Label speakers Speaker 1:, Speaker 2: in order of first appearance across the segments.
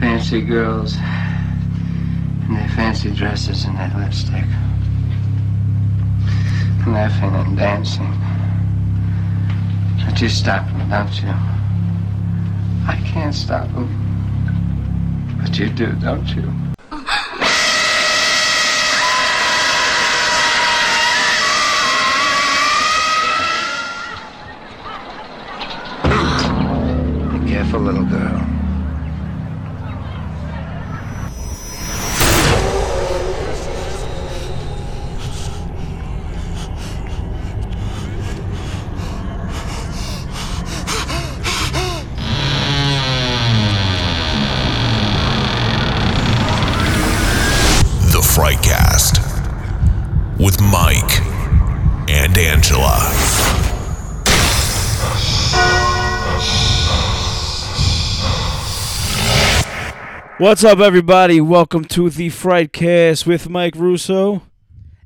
Speaker 1: fancy girls and their fancy dresses and their lipstick. Laughing and dancing. But you stop them, don't you? I can't stop them. But you do, don't you? Be careful, little girl.
Speaker 2: The Frightcast with Mike and Angela.
Speaker 3: What's up, everybody? Welcome to the Frightcast with Mike Russo.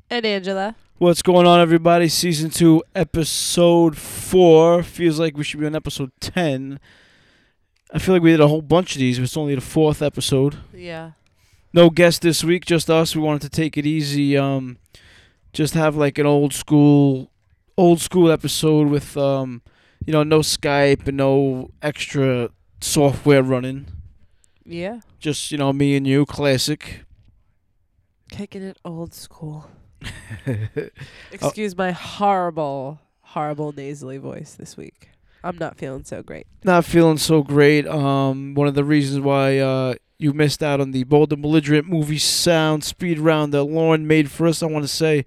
Speaker 4: And Angela.
Speaker 3: What's going on, everybody? Season 2, Episode 4. Feels like we should be on Episode 10. I feel like we did a whole bunch of these. but It's only the fourth episode.
Speaker 4: Yeah.
Speaker 3: No guest this week, just us. We wanted to take it easy. Um, just have like an old school, old school episode with, um, you know, no Skype and no extra software running.
Speaker 4: Yeah.
Speaker 3: Just you know, me and you, classic.
Speaker 4: Kicking it old school. Excuse my horrible, horrible nasally voice this week. I'm not feeling so great.
Speaker 3: not feeling so great. Um, one of the reasons why uh, you missed out on the Bold and Belligerent movie sound speed round that Lauren made for us. I want to say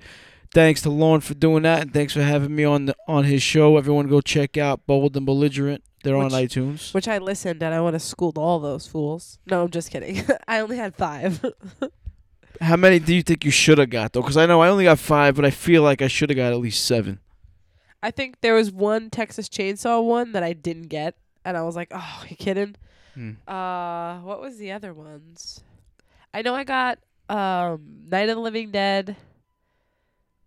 Speaker 3: thanks to Lauren for doing that, and thanks for having me on the, on his show. Everyone, go check out Bold and Belligerent. They're on
Speaker 4: Which-
Speaker 3: iTunes.
Speaker 4: Which I listened and I want to school all those fools. No, I'm just kidding. I only had five.
Speaker 3: How many do you think you should have got though? Because I know I only got five, but I feel like I should have got at least seven.
Speaker 4: I think there was one Texas Chainsaw one that I didn't get, and I was like, "Oh, you kidding?"
Speaker 3: Hmm.
Speaker 4: Uh, what was the other ones? I know I got um Night of the Living Dead.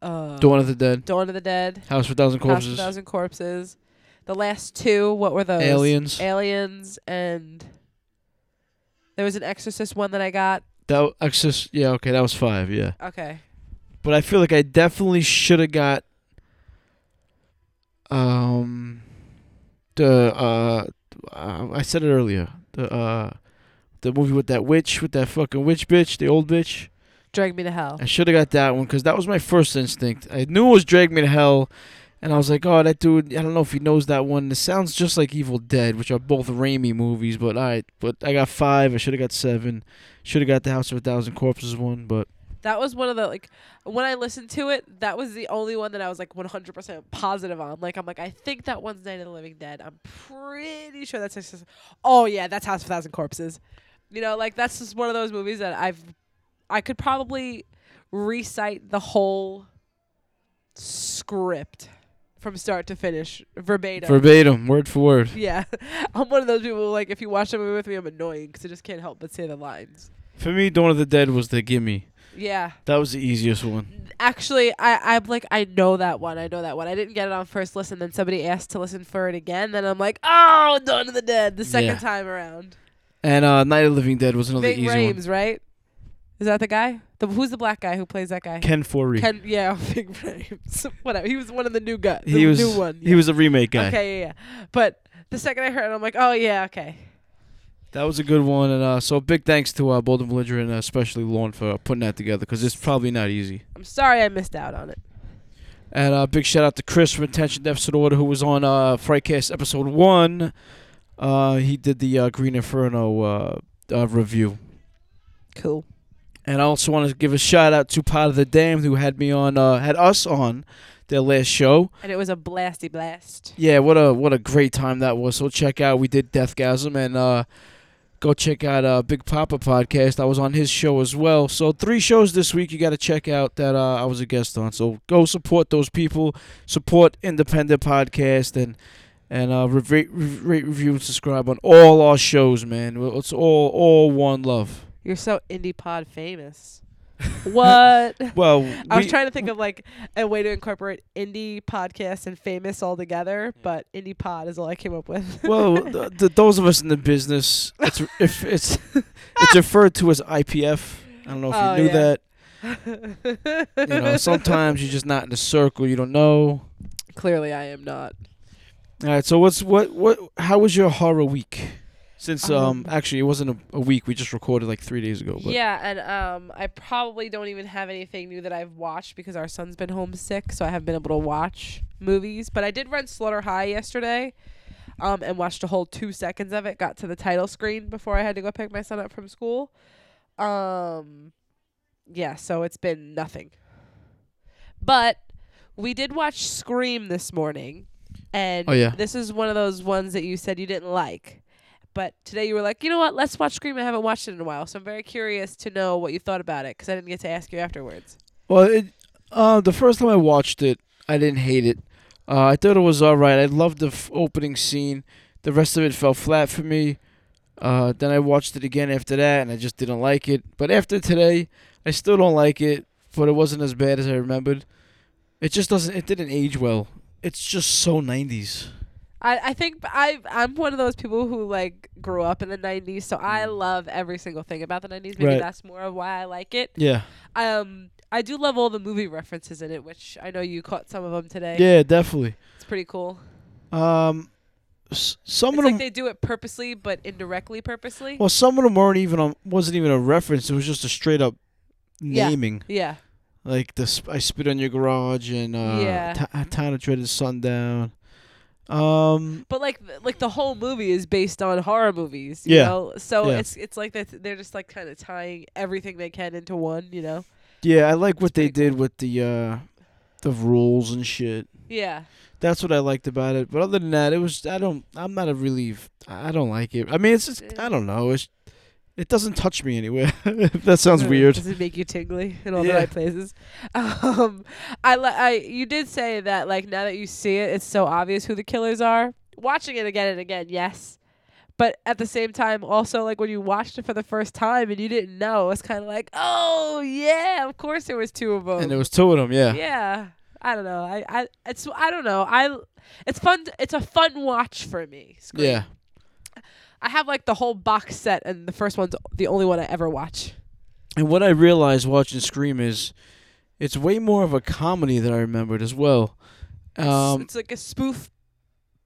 Speaker 4: Uh,
Speaker 3: Dawn of the Dead,
Speaker 4: Dawn of the Dead.
Speaker 3: House of a Thousand
Speaker 4: House of
Speaker 3: Corpses,
Speaker 4: Thousand Corpses. The last two, what were those?
Speaker 3: Aliens.
Speaker 4: Aliens and there was an Exorcist one that I got.
Speaker 3: That Exorcist. Yeah, okay, that was five. Yeah.
Speaker 4: Okay.
Speaker 3: but I feel like I definitely should have got um the uh uh, I said it earlier the uh the movie with that witch with that fucking witch bitch the old bitch
Speaker 4: Drag Me to Hell.
Speaker 3: I should have got that one because that was my first instinct I knew it was Drag Me to Hell and I was like oh that dude I don't know if he knows that one it sounds just like Evil Dead which are both Raimi movies but I but I got five I should have got seven should have got the House of a Thousand Corpses one but
Speaker 4: That was one of the like when I listened to it, that was the only one that I was like 100% positive on. Like I'm like I think that one's Night of the Living Dead. I'm pretty sure that's Exorcist. Oh yeah, that's House of a Thousand Corpses. You know, like that's just one of those movies that I've I could probably recite the whole script from start to finish verbatim.
Speaker 3: verbatim word for word
Speaker 4: yeah, I'm one of those people like if you watch a movie with me, I'm annoying because I just can't help but say the lines.
Speaker 3: For me, Dawn of the Dead was the gimme.
Speaker 4: Yeah.
Speaker 3: That was the easiest one.
Speaker 4: actually I, I'm like I know that one. I know that one. I didn't get it on first listen, then somebody asked to listen for it again, then I'm like, Oh, Dawn of the Dead the second
Speaker 3: Yeah.
Speaker 4: time around.
Speaker 3: And uh, Night of the Living Dead was another
Speaker 4: Big
Speaker 3: easy
Speaker 4: Rames, right? Is that the guy? The who's the black guy who plays that guy?
Speaker 3: one. Ken Foree.
Speaker 4: Ken- yeah, Big Rames. Whatever. He was one of the new guys.
Speaker 3: he was
Speaker 4: new one.
Speaker 3: he was a remake guy.
Speaker 4: Okay, yeah, yeah. But the second I heard it, I'm like, Oh yeah, okay.
Speaker 3: That was a good one. And uh, so big thanks to uh, Bold and Belligerent, and especially Lauren for uh, putting that together because it's probably not easy.
Speaker 4: I'm sorry I missed out on it.
Speaker 3: And uh, big shout out to Chris from Attention Deficit Order who was on uh, Frightcast episode one. Uh, he did the uh, Green Inferno uh, uh, review.
Speaker 4: Cool.
Speaker 3: And I also want to give a shout out to Pot of the Damned who had me on uh, had us on their last show.
Speaker 4: And it was a blasty blast.
Speaker 3: Yeah, what a what a great time that was. So check out we did Deathgasm and uh go check out uh Big Papa podcast. I was on his show as well. So three shows this week you got to check out that uh, I was a guest on. So go support those people, support independent podcast and and uh re- rate, rate, review and subscribe on all our shows, man. Well, It's all all one love.
Speaker 4: You're so indie pod famous. What?
Speaker 3: Well,
Speaker 4: I was
Speaker 3: we-
Speaker 4: trying to think of like a way to incorporate indie podcast and famous all together, but indie pod is all I came up with.
Speaker 3: Mm. Well, th- th- those of us in the business, it's if it's it's referred to as IPF. I don't know if
Speaker 4: Oh,
Speaker 3: you knew
Speaker 4: yeah.
Speaker 3: that. You know, sometimes you're just not in the circle. You don't know.
Speaker 4: Clearly, I am not.
Speaker 3: All right. So what's what what? How was your horror week? Since um,
Speaker 4: Um,
Speaker 3: actually it wasn't a, a week. We just recorded like three days ago. But
Speaker 4: Yeah, and um, I probably don't even have anything new that I've watched because our son's been homesick, so I haven't been able to watch movies. But I did run Slaughter High yesterday, um, and watched a whole two seconds of it. Got to the title screen before I had to go pick my son up from school. Um, yeah, so it's been nothing. But we did watch Scream this morning, and
Speaker 3: Oh, yeah.
Speaker 4: this is one of those ones that you said you didn't like. But today you were like, you know what? Let's watch Scream. I haven't watched it in a while, so I'm very curious to know what you thought about it because I didn't get to ask you afterwards.
Speaker 3: well, it, uh, the first time I watched it, I didn't hate it. Uh, I thought it was all right. I loved the f- opening scene. The rest of it fell flat for me. Uh, then I watched it again after that, and I just didn't like it. But after today, I still don't like it. But it wasn't as bad as I remembered. It just doesn't. It didn't age well. It's just so 90s.
Speaker 4: I, I think I I'm one of those people who like grew up in the '90s, so I love every single thing about the '90s. Maybe
Speaker 3: Mm. Right.
Speaker 4: that's more of why I like it.
Speaker 3: Yeah.
Speaker 4: Um, I do love all the movie references in it, which I know you caught some of them today.
Speaker 3: Yeah, definitely.
Speaker 4: It's pretty cool.
Speaker 3: Um, s- some
Speaker 4: It's
Speaker 3: of
Speaker 4: like
Speaker 3: them.
Speaker 4: they do it purposely, but indirectly purposely.
Speaker 3: well, some of them weren't even. A, wasn't even a reference. It was just a straight up
Speaker 4: Yeah.
Speaker 3: naming.
Speaker 4: yeah.
Speaker 3: like the sp- I spit on your garage and uh,
Speaker 4: Yeah.
Speaker 3: Ti- Town of Dreaded Sundown. Um,
Speaker 4: But like th- like the whole movie is based on horror movies, you
Speaker 3: Yeah.
Speaker 4: know? So
Speaker 3: Yeah.
Speaker 4: it's it's like that they're just like kind of tying everything they can into one, you know?
Speaker 3: yeah, I like what they
Speaker 4: pretty
Speaker 3: did with the uh, the rules and shit.
Speaker 4: Yeah.
Speaker 3: That's what I liked about it. But other than that, it was I don't I'm not a relief. I I don't like it. I mean, it's just I don't know. It's it doesn't touch me anywhere. that sounds
Speaker 4: Uh,
Speaker 3: weird.
Speaker 4: Does it make you tingly in all
Speaker 3: Yeah.
Speaker 4: the right places? Um, I li- I you did say that like now that you see it, it's so obvious who the killers are. Watching it again and again, yes, but at the same time, also like when you watched it for the first time and you didn't know, it's kind of like, oh yeah, of course there was two of them.
Speaker 3: And there was two of them. Yeah.
Speaker 4: yeah, I don't know. I, I it's I don't know. I it's fun. It's a fun watch for me. Scream.
Speaker 3: Yeah.
Speaker 4: I have like the whole box set, and the first one's the only one I ever watch.
Speaker 3: And what I realized watching Scream is, it's way more of a comedy than I remembered as well.
Speaker 4: It's-
Speaker 3: Um,
Speaker 4: it's like a spoof,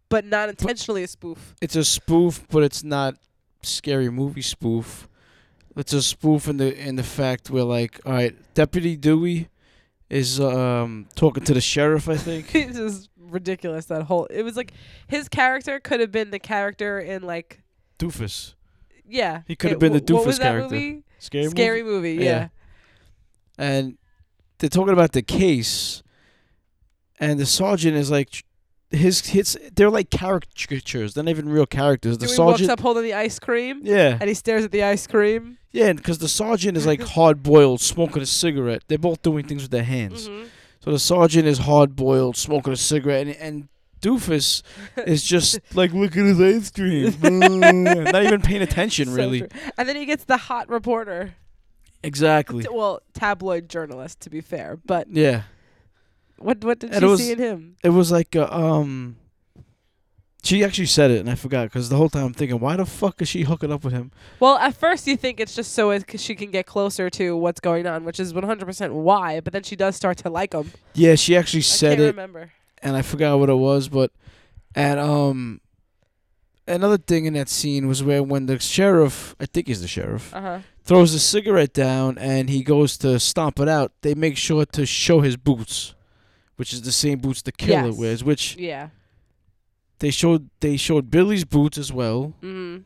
Speaker 4: but not intentionally a spoof.
Speaker 3: it's a spoof, but it's not scary movie spoof. It's a spoof in the in the fact where like, all right, Deputy Dewey is um talking to the sheriff, I think.
Speaker 4: it's just ridiculous. That whole it was like his character could have been the character in like
Speaker 3: Doofus.
Speaker 4: yeah.
Speaker 3: He could
Speaker 4: it-
Speaker 3: have been the
Speaker 4: wh- What was
Speaker 3: doofus
Speaker 4: that
Speaker 3: character.
Speaker 4: movie?
Speaker 3: Scary,
Speaker 4: Scary
Speaker 3: movie.
Speaker 4: movie.
Speaker 3: Yeah.
Speaker 4: yeah.
Speaker 3: And they're talking about the case and the sergeant is like tr- his hits they're like caricatures. They're not even real characters. The
Speaker 4: Dewey
Speaker 3: sergeant
Speaker 4: walks up holding the ice cream,
Speaker 3: Yeah.
Speaker 4: and he stares at the ice cream.
Speaker 3: Yeah, because the sergeant is like hard boiled, smoking a cigarette. They're both doing things with their hands.
Speaker 4: Mm-hmm.
Speaker 3: So the sergeant is hard boiled, smoking a cigarette, and, and Doofus is just like look at his ice cream, Mm, not even paying attention
Speaker 4: So
Speaker 3: really.
Speaker 4: true. And then he gets the hot reporter.
Speaker 3: Exactly.
Speaker 4: T- well, tabloid journalist to be fair, but
Speaker 3: Yeah,
Speaker 4: what what did
Speaker 3: And
Speaker 4: she
Speaker 3: it was-
Speaker 4: see in him?
Speaker 3: it was like uh, um, she actually said it, and I forgot because the whole time I'm thinking, why the fuck is she hooking up with him?
Speaker 4: Well, at first you think it's just so as 'cause she can get closer to what's going on, which is 100% why, but then she does start to like him.
Speaker 3: Yeah, she actually
Speaker 4: I
Speaker 3: said
Speaker 4: can't
Speaker 3: it,
Speaker 4: remember.
Speaker 3: and I forgot what it was, but and um, another thing in that scene was where when the sheriff, I think he's the sheriff,
Speaker 4: Uh-huh.
Speaker 3: throws the cigarette down and he goes to stomp it out, they make sure to show his boots, which is the same boots the killer
Speaker 4: Yes.
Speaker 3: wears. Which
Speaker 4: Yeah.
Speaker 3: they showed they showed Billy's boots as well,
Speaker 4: Mhm.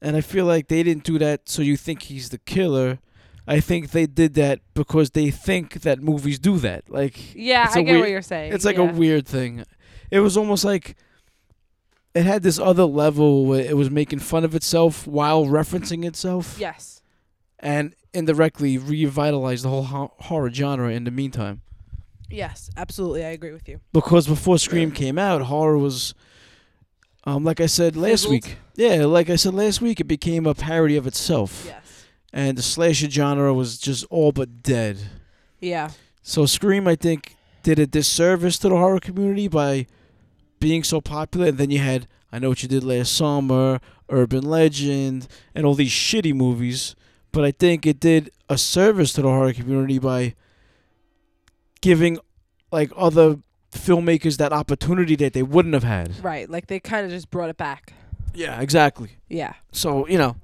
Speaker 3: and I feel like they didn't do that so you think he's the killer. I think they did that because they think that movies do that. Like
Speaker 4: Yeah,
Speaker 3: It's
Speaker 4: I
Speaker 3: a
Speaker 4: get
Speaker 3: weird-
Speaker 4: what you're saying.
Speaker 3: it's like a
Speaker 4: yeah.
Speaker 3: weird thing. It was almost like it had this other level where it was making fun of itself while referencing itself.
Speaker 4: Yes.
Speaker 3: and indirectly revitalize the whole ho- horror genre in the meantime.
Speaker 4: Yes, absolutely. I agree with you.
Speaker 3: Because before Scream came out, horror was, um, like I said last
Speaker 4: Fizzled.
Speaker 3: week. Yeah, like I said last week, it became a parody of itself.
Speaker 4: Yes.
Speaker 3: and the slasher genre was just all but dead.
Speaker 4: Yeah.
Speaker 3: So Scream, I think, did a disservice to the horror community by being so popular. And then you had I Know What You Did Last Summer, Urban Legend, and all these shitty movies. But I think it did a service to the horror community by giving like other filmmakers that opportunity that they wouldn't have had.
Speaker 4: Right. Like they kind of just brought it back.
Speaker 3: Yeah, exactly.
Speaker 4: Yeah.
Speaker 3: So you know,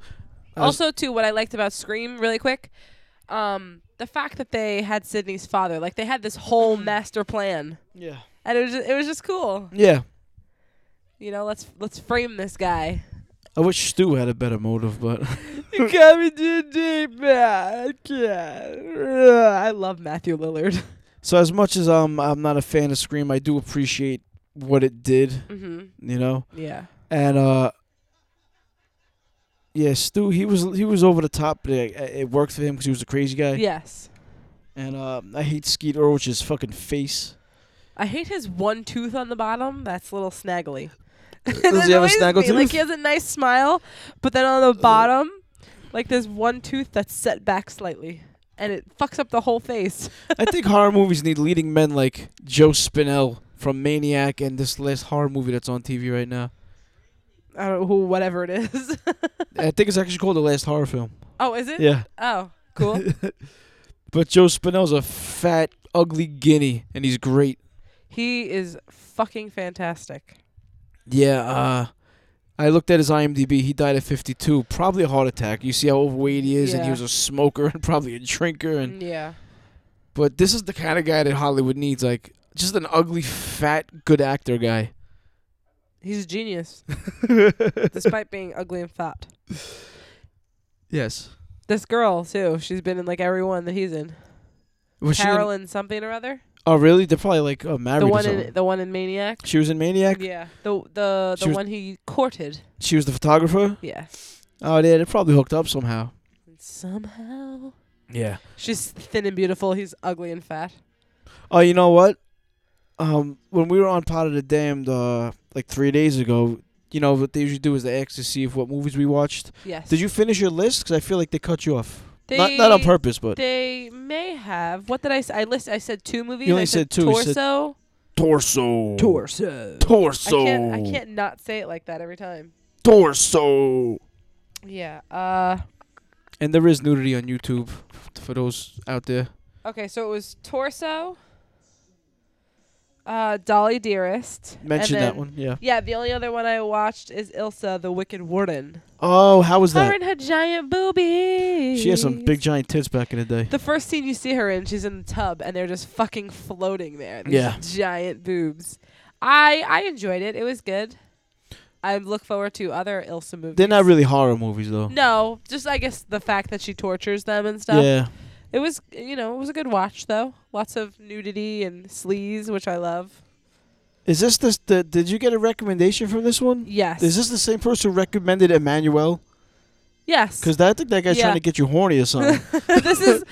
Speaker 3: I was-
Speaker 4: Also, too, what I liked about Scream, really quick, um, the fact that they had Sydney's father, like they had this whole master plan,
Speaker 3: yeah,
Speaker 4: and it was just, it was just cool.
Speaker 3: yeah.
Speaker 4: You know, let's let's frame this guy.
Speaker 3: I wish Stu had a better motive, but
Speaker 4: You got me too deep, man. I can't. I love Matthew Lillard.
Speaker 3: so as much as um I'm not a fan of Scream, I do appreciate what it did.
Speaker 4: Mm-hmm.
Speaker 3: You know,
Speaker 4: Yeah.
Speaker 3: and uh yeah stu he was he was over the top but it, it worked for him because he was a crazy guy
Speaker 4: Yes.
Speaker 3: and uh i hate skeet Ulrich's fucking face
Speaker 4: I hate his one tooth on the bottom. That's a little snaggly. It
Speaker 3: he have a
Speaker 4: annoys
Speaker 3: snaggle
Speaker 4: me. Like
Speaker 3: tooth?
Speaker 4: he has a nice smile, but then on the bottom, like there's one tooth that's set back slightly, and it fucks up the whole face.
Speaker 3: i think horror movies need leading men like joe spinell from maniac and this last horror movie that's on tv right now
Speaker 4: I don't know who, whatever it is.
Speaker 3: i think it's actually called the last horror film
Speaker 4: oh, is it?
Speaker 3: yeah
Speaker 4: Oh, cool.
Speaker 3: but joe spinell's a fat ugly guinea and he's great
Speaker 4: he is fucking fantastic.
Speaker 3: yeah uh I looked at his IMDb. He died at 52, probably a heart attack. You see how overweight he is, and
Speaker 4: Yeah. Mm.
Speaker 3: he was a smoker and probably a drinker. And
Speaker 4: Yeah.
Speaker 3: But this is the kind of guy that Hollywood needs, like just an ugly, fat, good actor guy.
Speaker 4: He's a genius, despite being ugly and fat.
Speaker 3: yes.
Speaker 4: This girl too. She's been in like every one that he's in.
Speaker 3: Was she? in-
Speaker 4: Carolyn something or other.
Speaker 3: oh, really? They're probably like uh, married.
Speaker 4: The
Speaker 3: or
Speaker 4: one
Speaker 3: something.
Speaker 4: in the one in Maniac.
Speaker 3: she was in Maniac.
Speaker 4: Yeah, the the
Speaker 3: She
Speaker 4: the
Speaker 3: was-
Speaker 4: one he courted.
Speaker 3: She was the photographer.
Speaker 4: Yeah.
Speaker 3: Oh, yeah, they probably hooked up somehow.
Speaker 4: Somehow.
Speaker 3: Yeah.
Speaker 4: She's thin and beautiful. He's ugly and fat.
Speaker 3: Oh, you know what? Um, when we were on Pot of the Damned, uh, like three days ago, you know what they usually do is they ask to see if what movies we watched.
Speaker 4: Yes.
Speaker 3: Did you finish your list? Because I feel like they cut you off.
Speaker 4: They,
Speaker 3: not not on purpose, but
Speaker 4: They may have. What did I say? I list. I said two movies.
Speaker 3: You only
Speaker 4: I said,
Speaker 3: said two, you said-
Speaker 4: Torso.
Speaker 2: Torso.
Speaker 4: Torso. I
Speaker 2: Torso.
Speaker 4: can't. I can't not say it like that every time.
Speaker 2: Torso.
Speaker 4: Yeah. Uh.
Speaker 3: and there is nudity on YouTube for those out there.
Speaker 4: Okay. So it was torso. Uh, Dolly Dearest. and
Speaker 3: Mention that
Speaker 4: then-
Speaker 3: one, yeah.
Speaker 4: Yeah, the only other one I watched is Ilsa the Wicked Warden.
Speaker 3: Oh, how was
Speaker 4: Her
Speaker 3: that?
Speaker 4: and her giant boobies.
Speaker 3: She had some big giant tits back in the day.
Speaker 4: The first scene you see her in, she's in the tub, and they're just fucking floating there. These
Speaker 3: Yeah.
Speaker 4: giant boobs. I I enjoyed it. It was good. I look forward to other Ilsa movies.
Speaker 3: They're not really horror movies though.
Speaker 4: No, just I guess the fact that she tortures them and stuff.
Speaker 3: Yeah,
Speaker 4: It was you know it was a good watch though. Lots of nudity and sleaze, which I love.
Speaker 3: is this this? The, did you get a recommendation from this one?
Speaker 4: Yes.
Speaker 3: Is this the same person who recommended Emmanuel?
Speaker 4: yes.
Speaker 3: Because I think that guy's
Speaker 4: Yeah.
Speaker 3: trying to get you horny or something.
Speaker 4: this is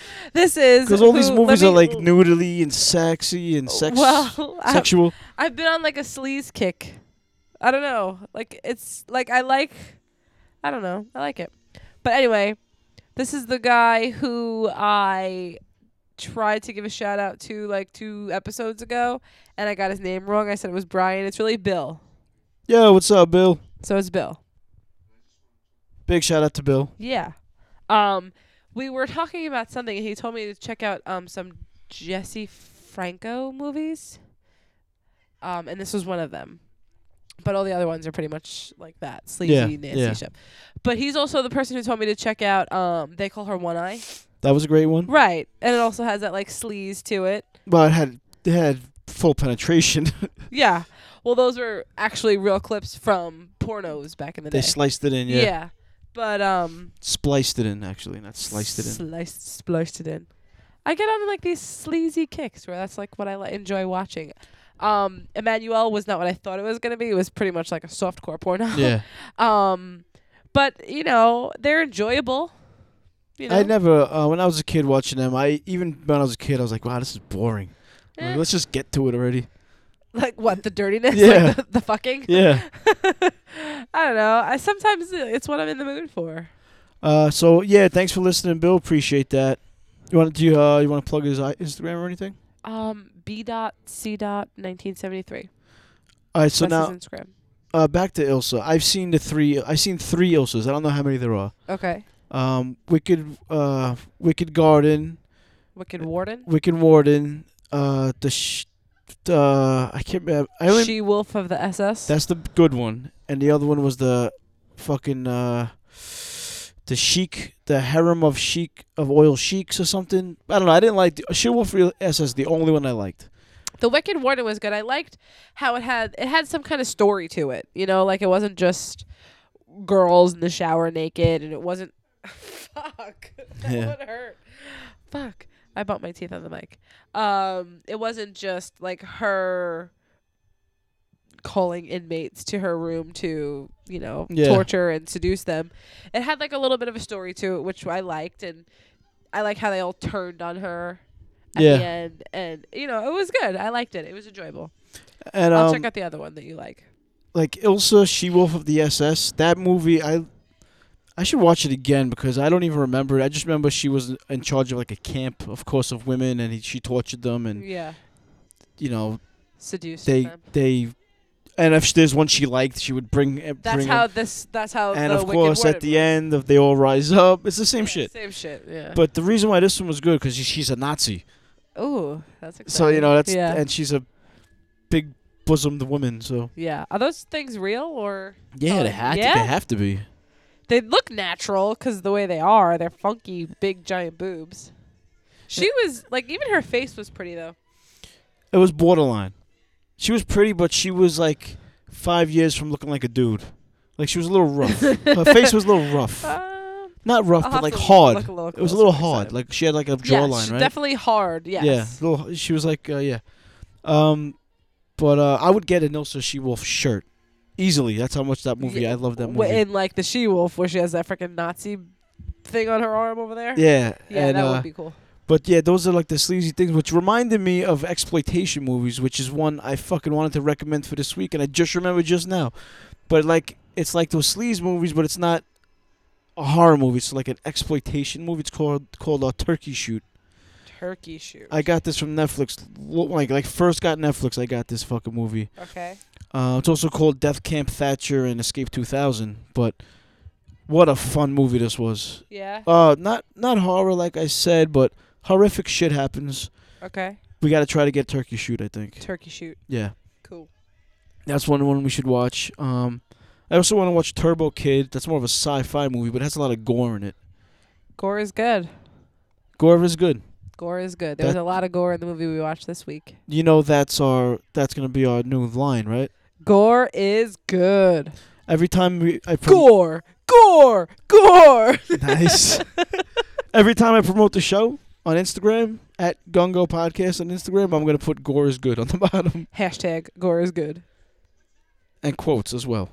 Speaker 4: this is
Speaker 3: Because um, all these
Speaker 4: who- let
Speaker 3: movies
Speaker 4: me- Oh,
Speaker 3: are like nudity and sexy and sex,
Speaker 4: Well, I-
Speaker 3: sexual.
Speaker 4: I've been on like a sleaze kick. I don't know. Like it's like I like I don't know. I like it. But anyway, this is the guy who I tried to give a shout out to like two episodes ago and I got his name wrong. I said it was Brian. It's really Bill.
Speaker 3: Yo, what's up, Bill?
Speaker 4: So it's Bill.
Speaker 3: Big shout out to Bill.
Speaker 4: Yeah. Um we were talking about something and he told me to check out um some Jesse Franco movies. Um and this was one of them. But all the other ones are pretty much like that. Sleazy
Speaker 3: Yeah,
Speaker 4: Nancy
Speaker 3: yeah.
Speaker 4: ship. But he's also the person who told me to check out um they call her One Eye.
Speaker 3: That was a great one.
Speaker 4: Right. And it also has that like sleaze to it.
Speaker 3: Well, it had it had full penetration.
Speaker 4: Yeah. Well those were actually real clips from pornos back in the
Speaker 3: they
Speaker 4: day.
Speaker 3: sliced it in. Yeah.
Speaker 4: yeah. But um
Speaker 3: spliced it in actually, not sliced it in.
Speaker 4: Sliced, spliced it in. I get on like these sleazy kicks where that's like what I li- enjoy watching. Um, Emmanuel was not what I thought it was gonna be. It was pretty much like a softcore porno.
Speaker 3: yeah,
Speaker 4: um, but you know they're enjoyable. You know.
Speaker 3: I never uh, when I was a kid watching them. I even when I was a kid, I was like, wow, this is boring. I'm like,
Speaker 4: Eh.
Speaker 3: Let's just get to it already.
Speaker 4: like what the dirtiness.
Speaker 3: Yeah.
Speaker 4: Like the, the fucking.
Speaker 3: Yeah.
Speaker 4: uh, I don't know. I sometimes it's what I'm in the mood for.
Speaker 3: Uh, so yeah, thanks for listening, Bill. Appreciate that. You want to do? you, Uh, you want to plug his I- Instagram or anything?
Speaker 4: Um, B dot C dot 1973.
Speaker 3: All right. So
Speaker 4: That's
Speaker 3: now
Speaker 4: his Instagram.
Speaker 3: uh, back to Ilsa. I've seen the three. I've seen three Ilsas. I don't know how many there are.
Speaker 4: Okay.
Speaker 3: Um, Wicked, uh, Wicked Garden,
Speaker 4: Wicked Warden.
Speaker 3: Wicked Warden. Uh, the sh- uh, I can't remember. I only,
Speaker 4: She Wolf of the SS.
Speaker 3: that's the good one, and the other one was the fucking uh, the Sheik, the Harem of Sheik of Oil Sheiks or something. I don't know. I didn't like the She Wolf Real SS. The only one I liked.
Speaker 4: the Wicked Warden was good. I liked how it had it had some kind of story to it. You know, like it wasn't just girls in the shower naked, and it wasn't. Fuck. That
Speaker 3: Yeah.
Speaker 4: would hurt. Fuck. I bumped my teeth on the mic. Um, it wasn't just like her calling inmates to her room to you know
Speaker 3: Yeah.
Speaker 4: torture and seduce them. It had like a little bit of a story to it, which I liked, and I like how they all turned on her at
Speaker 3: Yeah.
Speaker 4: the end. And you know, it was good. I liked it. It was enjoyable.
Speaker 3: And
Speaker 4: I'll
Speaker 3: um,
Speaker 4: check out the other one that you like.
Speaker 3: like Ilsa, She Wolf of the SS. That movie, I I should watch it again because I don't even remember it. I just remember she was in charge of like a camp, of course, of women, and he, she tortured them, and
Speaker 4: Yeah.
Speaker 3: you know
Speaker 4: Seduced
Speaker 3: they
Speaker 4: them.
Speaker 3: they. And if there's one she liked, she would bring eh,
Speaker 4: That's
Speaker 3: bring
Speaker 4: how
Speaker 3: it.
Speaker 4: this that's how
Speaker 3: And
Speaker 4: the
Speaker 3: of
Speaker 4: Wicked
Speaker 3: course,
Speaker 4: Warden
Speaker 3: at the end, if they all rise up, it's the same
Speaker 4: was. Yeah,
Speaker 3: shit.
Speaker 4: Same shit, yeah.
Speaker 3: But the reason why this one was good because she's a Nazi,
Speaker 4: Ooh, that's exciting.
Speaker 3: so you know that's
Speaker 4: yeah.
Speaker 3: and she's a big bosomed woman, so
Speaker 4: yeah. Are those things real or
Speaker 3: yeah,
Speaker 4: Oh,
Speaker 3: they have
Speaker 4: yeah?
Speaker 3: to, they have to be.
Speaker 4: they look natural cuz the way they are, they're funky big giant boobs. She was like even her face was pretty though.
Speaker 3: It was borderline. She was pretty, but she was like five years from looking like a dude. Like she was a little rough. Her face was a little rough.
Speaker 4: Um,
Speaker 3: Not rough,
Speaker 4: I'll have
Speaker 3: but like
Speaker 4: to
Speaker 3: hard.
Speaker 4: look a little
Speaker 3: it was a
Speaker 4: closer
Speaker 3: little
Speaker 4: next
Speaker 3: hard.
Speaker 4: time.
Speaker 3: Like she had like a
Speaker 4: yeah,
Speaker 3: jawline,
Speaker 4: she's
Speaker 3: right?
Speaker 4: definitely hard. Yes.
Speaker 3: Yeah, little, she was like uh, yeah. Um, but uh, I would get an Ilsa She Wolf shirt easily. That's how much that movie.
Speaker 4: Yeah,
Speaker 3: I love that
Speaker 4: w-
Speaker 3: movie.
Speaker 4: In like the she wolf where she has that freaking Nazi thing on her arm over there.
Speaker 3: yeah,
Speaker 4: Yeah,
Speaker 3: and,
Speaker 4: that
Speaker 3: uh,
Speaker 4: would be cool.
Speaker 3: But yeah, those are like the sleazy things, which reminded me of exploitation movies, which is one I fucking wanted to recommend for this week, and I just remembered just now. But like, it's like those sleaze movies, but it's not a horror movie. It's like an exploitation movie. It's called called a Turkey Shoot.
Speaker 4: Turkey shoot.
Speaker 3: I got this from Netflix. Lo- Like like first got Netflix, I got this fucking movie.
Speaker 4: okay.
Speaker 3: Uh, it's also called Death Camp Thatcher and Escape 2000. But what a fun movie this was.
Speaker 4: Yeah.
Speaker 3: Uh, not not horror like I said, but horrific shit happens.
Speaker 4: Okay.
Speaker 3: We got to try to get Turkey Shoot, I think.
Speaker 4: Turkey shoot.
Speaker 3: Yeah.
Speaker 4: Cool.
Speaker 3: That's one one we should watch. Um, I also want to watch Turbo Kid. That's more of a sci-fi movie, but it has a lot of gore in it.
Speaker 4: Gore is good.
Speaker 3: Gore is good.
Speaker 4: Gore is good. There was
Speaker 3: That-
Speaker 4: a lot of gore in the movie we watched this week.
Speaker 3: You know that's our that's gonna be our new line, right?
Speaker 4: Gore is good.
Speaker 3: Every time we I prom-
Speaker 4: Gore. Gore. Gore.
Speaker 3: nice. Every time I promote the show on Instagram at Gungo Podcast on Instagram, I'm gonna put "Gore is good" on the bottom
Speaker 4: Hashtag gore is good.
Speaker 3: and quotes as well.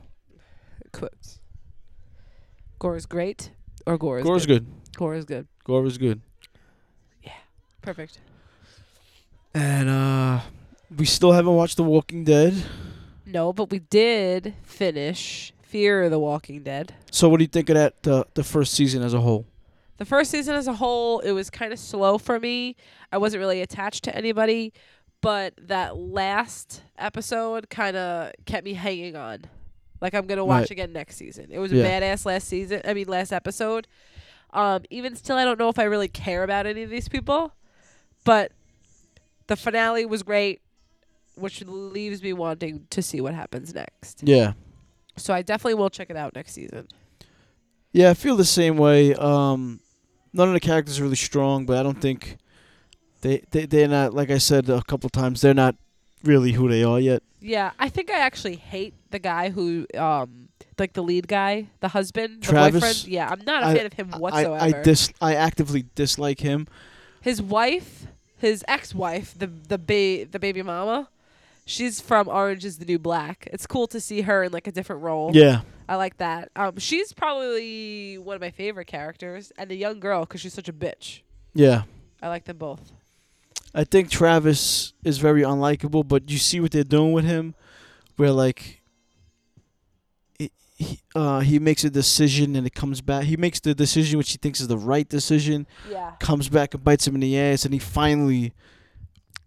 Speaker 4: Quotes. Gore is great or gore is
Speaker 3: gore
Speaker 4: good.
Speaker 3: is good.
Speaker 4: Gore is good.
Speaker 3: Gore is good.
Speaker 4: Perfect.
Speaker 3: And uh, we still haven't watched The Walking Dead.
Speaker 4: No, but we did finish Fear of the Walking Dead.
Speaker 3: So what do you think of that the the first season as a whole?
Speaker 4: The first season as a whole, it was kind of slow for me. I wasn't really attached to anybody, but that last episode kind of kept me hanging on. Like I'm gonna watch
Speaker 3: Right.
Speaker 4: again next season. It was a
Speaker 3: Yeah.
Speaker 4: badass last season. I mean, last episode. Um, even still, I don't know if I really care about any of these people, but the finale was great, which leaves me wanting to see what happens next.
Speaker 3: Yeah.
Speaker 4: So I definitely will check it out next season.
Speaker 3: Yeah, I feel the same way. Um, none of the characters are really strong, but I don't think they, they they're not like I said a couple times. They're not really who they are yet.
Speaker 4: Yeah, I think I actually hate the guy who, um, like the lead guy, the husband, the
Speaker 3: Travis?
Speaker 4: boyfriend. Yeah, I'm not a
Speaker 3: I-
Speaker 4: fan of him
Speaker 3: I-
Speaker 4: whatsoever.
Speaker 3: I I, dis- I actively dislike him.
Speaker 4: his wife, his ex-wife, the the ba- the baby mama, she's from Orange Is the New Black. It's cool to see her in like a different role.
Speaker 3: Yeah,
Speaker 4: I like that. Um, she's probably one of my favorite characters, and a young girl because she's such a bitch.
Speaker 3: yeah.
Speaker 4: I like them both.
Speaker 3: I think Travis is very unlikable, but you see what they're doing with him, where like he, he, uh, he makes a decision and it comes back. He makes the decision which he thinks is the right decision,
Speaker 4: Yeah.
Speaker 3: comes back and bites him in the ass, and he finally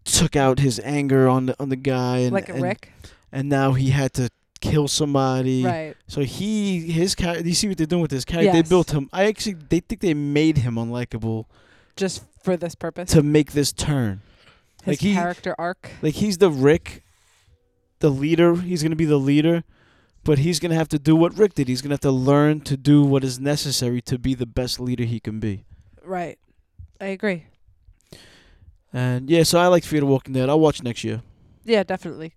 Speaker 3: took out his anger on the on the guy. And,
Speaker 4: like a
Speaker 3: and,
Speaker 4: Rick.
Speaker 3: and now he had to kill somebody.
Speaker 4: Right.
Speaker 3: So he his character. You see what they're doing with this character?
Speaker 4: Yes.
Speaker 3: They built him. I actually they think they made him unlikable
Speaker 4: Just for this purpose.
Speaker 3: to make this turn.
Speaker 4: His
Speaker 3: like he-
Speaker 4: character arc.
Speaker 3: Like he's the Rick, the leader. He's gonna be the leader, but he's gonna have to do what Rick did. He's gonna have to learn to do what is necessary to be the best leader he can be.
Speaker 4: Right. I agree.
Speaker 3: And yeah, so I like Fear the Walking Dead. I'll watch next year.
Speaker 4: Yeah, definitely.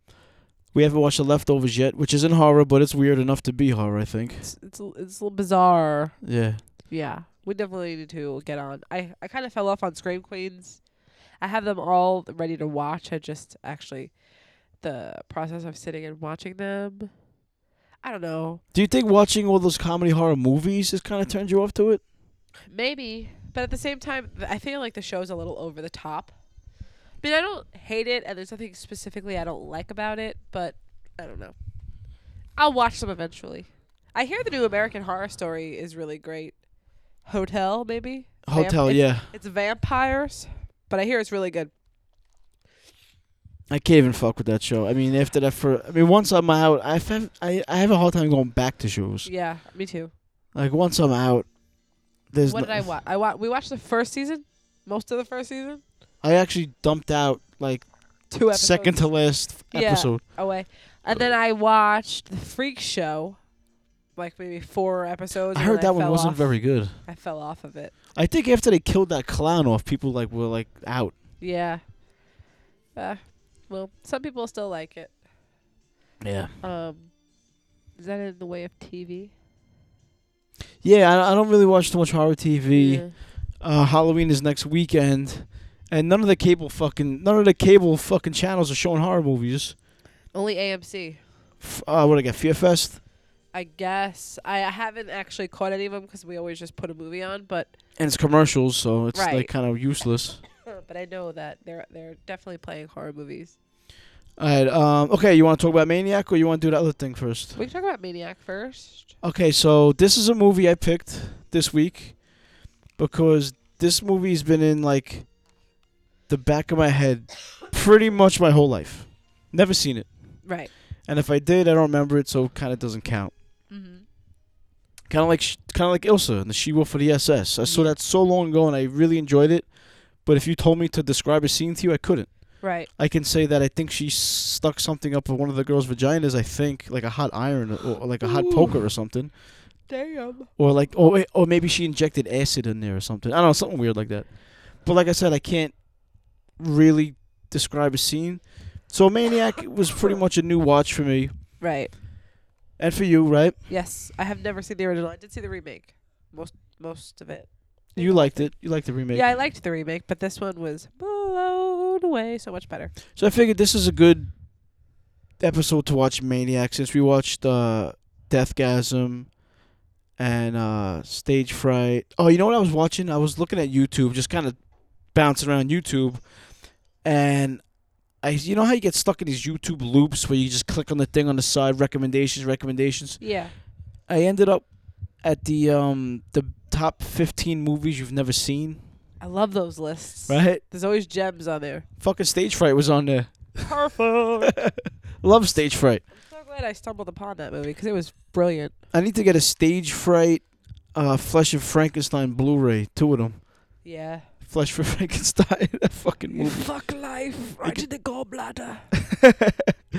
Speaker 3: We haven't watched The Leftovers yet, which isn't horror, but it's weird enough to be horror. I think.
Speaker 4: It's it's, a- it's a little bizarre.
Speaker 3: Yeah.
Speaker 4: Yeah, we definitely need to get on. I I kind of fell off on Scream Queens. I have them all ready to watch. I just actually the process of sitting and watching them. I don't know.
Speaker 3: Do you think watching all those comedy horror movies has kind of turned you off to it?
Speaker 4: Maybe, but at the same time, th- I feel like the show's a little over the top. I mean, I don't hate it, and there's nothing specifically I don't like about it, but I don't know. I'll watch them eventually. I hear the new American Horror Story is really great. Hotel, maybe? Vamp-
Speaker 3: Hotel,
Speaker 4: it's-
Speaker 3: yeah.
Speaker 4: It's vampires, but I hear it's really good.
Speaker 3: I can't even fuck with that show. I mean, after that, for I mean, once I'm out, I have I, I have a hard time going back to shows.
Speaker 4: Yeah, me too.
Speaker 3: Like once I'm out, there's
Speaker 4: what
Speaker 3: no-
Speaker 4: did I watch? I wa- we watched the first season, most of the first season,
Speaker 3: I actually dumped out like
Speaker 4: two episodes
Speaker 3: second to last f-
Speaker 4: Yeah.
Speaker 3: episode.
Speaker 4: away, and then I watched the Freak Show, like maybe four episodes.
Speaker 3: I
Speaker 4: and
Speaker 3: heard
Speaker 4: then
Speaker 3: that one
Speaker 4: fell
Speaker 3: wasn't
Speaker 4: off.
Speaker 3: very good.
Speaker 4: I fell off of it.
Speaker 3: I think after they killed that clown off, people like were like out.
Speaker 4: Yeah. Uh, well, some people still like it.
Speaker 3: Yeah.
Speaker 4: Um, is that in the way of TV?
Speaker 3: Yeah, I, I don't really watch too much horror TV. Uh, Halloween is next weekend, and none of the cable fucking none of the cable fucking channels are showing horror movies.
Speaker 4: Only AMC.
Speaker 3: F- uh, what I got? Fear Fest
Speaker 4: I guess I I haven't actually caught any of them because we always just put a movie on, but
Speaker 3: and it's commercials, so it's
Speaker 4: Right.
Speaker 3: like kind of useless.
Speaker 4: but I know that they're they're definitely playing horror movies.
Speaker 3: All right. Um, okay, you want to talk about Maniac or you want to do the other thing first?
Speaker 4: We can talk about Maniac first.
Speaker 3: Okay, so this is a movie I picked this week because this movie's been in like the back of my head pretty much my whole life. Never seen it.
Speaker 4: Right.
Speaker 3: And if I did, I don't remember it, so it kind of doesn't count.
Speaker 4: Mm-hmm.
Speaker 3: Kind of like sh- kind of like Ilsa and the She-Wolf for the SS. I saw that so long ago and I really enjoyed it, but if you told me to describe a scene to you, I couldn't.
Speaker 4: Right.
Speaker 3: I can say that I think she stuck something up one of the girls' vaginas, I think, like a hot iron or, or like a hot
Speaker 4: Ooh.
Speaker 3: poker or something.
Speaker 4: Damn.
Speaker 3: or like or wait, or maybe she injected acid in there or something. I don't know, something weird like that. But like I said, I can't really describe a scene. So Maniac was pretty much a new watch for me
Speaker 4: Right.
Speaker 3: and for you, right?
Speaker 4: Yes, I have never seen the original. I did see the remake. Most most of it.
Speaker 3: You liked it. You liked the remake.
Speaker 4: Yeah, I liked the remake, but this one was blown away so much better.
Speaker 3: So I figured this is a good episode to watch Maniac since we watched uh Deathgasm and uh Stage Fright. Oh, you know what I was watching? I was looking at YouTube, just kind of bouncing around YouTube and I you know how you get stuck in these YouTube loops where you just click on the thing on the side recommendations, recommendations.
Speaker 4: Yeah.
Speaker 3: I ended up at the um the top 15 movies you've never seen,
Speaker 4: I love those lists.
Speaker 3: right?
Speaker 4: There's always gems on there.
Speaker 3: Fucking Stage Fright was on there.
Speaker 4: Perfect.
Speaker 3: Love Stage Fright.
Speaker 4: I'm so glad I stumbled upon that movie because it was brilliant.
Speaker 3: I need to get a Stage Fright, uh, Flesh of Frankenstein Blu-ray. Two of them.
Speaker 4: Yeah.
Speaker 3: Flesh for Frankenstein. that fucking movie.
Speaker 4: Fuck life right in the gallbladder.